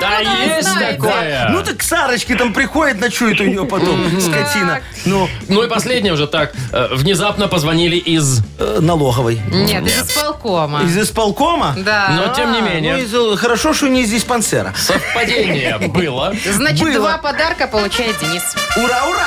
Speaker 2: Да
Speaker 3: Откуда вы
Speaker 2: есть
Speaker 3: знаете?
Speaker 2: такое.
Speaker 4: Ну так к Сарочке там приходит, ночует у нее потом, скотина. Ну,
Speaker 2: Ну и последнее уже так. Э, Внезапно позвонили из...
Speaker 4: э, налоговой.
Speaker 3: Нет, из исполкома.
Speaker 4: Из исполкома?
Speaker 3: Да.
Speaker 2: Но тем не
Speaker 4: А, ну,
Speaker 2: менее,
Speaker 4: из- хорошо, что не из диспансера. *laughs*
Speaker 2: совпадение было.
Speaker 3: Значит,
Speaker 4: было.
Speaker 3: два подарка получает Денис.
Speaker 4: Ура, ура!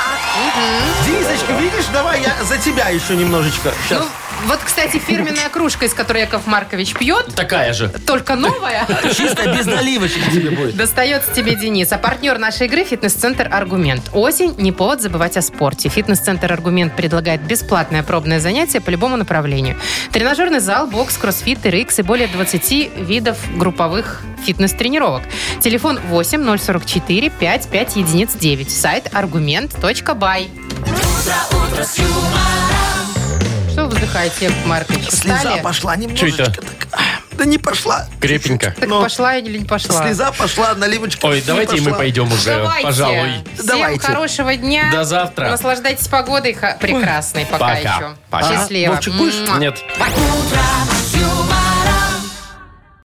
Speaker 4: Денисочка, видишь, давай я за тебя еще немножечко. Сейчас.
Speaker 3: Ну, вот, кстати, фирменная кружка, из которой Яков Маркович пьет,
Speaker 2: Такая же.
Speaker 3: только новая,
Speaker 4: Чисто без наливочек тебе будет.
Speaker 3: достается тебе Денис. А партнер нашей игры – фитнес-центр «Аргумент». Осень – не повод забывать о спорте. Фитнес-центр «Аргумент» предлагает бесплатное пробное занятие по любому направлению. Тренажерный зал, бокс, кроссфит, РХ и более 20 видов групповых фитнес-тренировок. Телефон 8 044 55 единиц 9. Сайт аргумент.бай. Что вы вздыхаете, Яков Маркович?
Speaker 4: Слеза
Speaker 3: Устали?
Speaker 4: пошла
Speaker 2: Чё
Speaker 4: немножечко.
Speaker 2: это?
Speaker 4: так. Да не пошла.
Speaker 2: Крепенько.
Speaker 3: Так
Speaker 4: Ну,
Speaker 3: пошла или не пошла?
Speaker 4: Слеза пошла, наливочка.
Speaker 2: Ой,
Speaker 4: не
Speaker 2: давайте и мы
Speaker 4: пошла.
Speaker 2: пойдем уже,
Speaker 3: Давайте.
Speaker 2: пожалуй.
Speaker 3: Всем
Speaker 4: Давайте.
Speaker 3: хорошего дня.
Speaker 2: До завтра.
Speaker 3: Наслаждайтесь погодой ха- прекрасной пока,
Speaker 2: Пока.
Speaker 3: еще.
Speaker 2: Пока.
Speaker 3: Счастливо.
Speaker 4: Вовчик, будешь?
Speaker 3: Муа.
Speaker 2: Нет.
Speaker 3: Пока.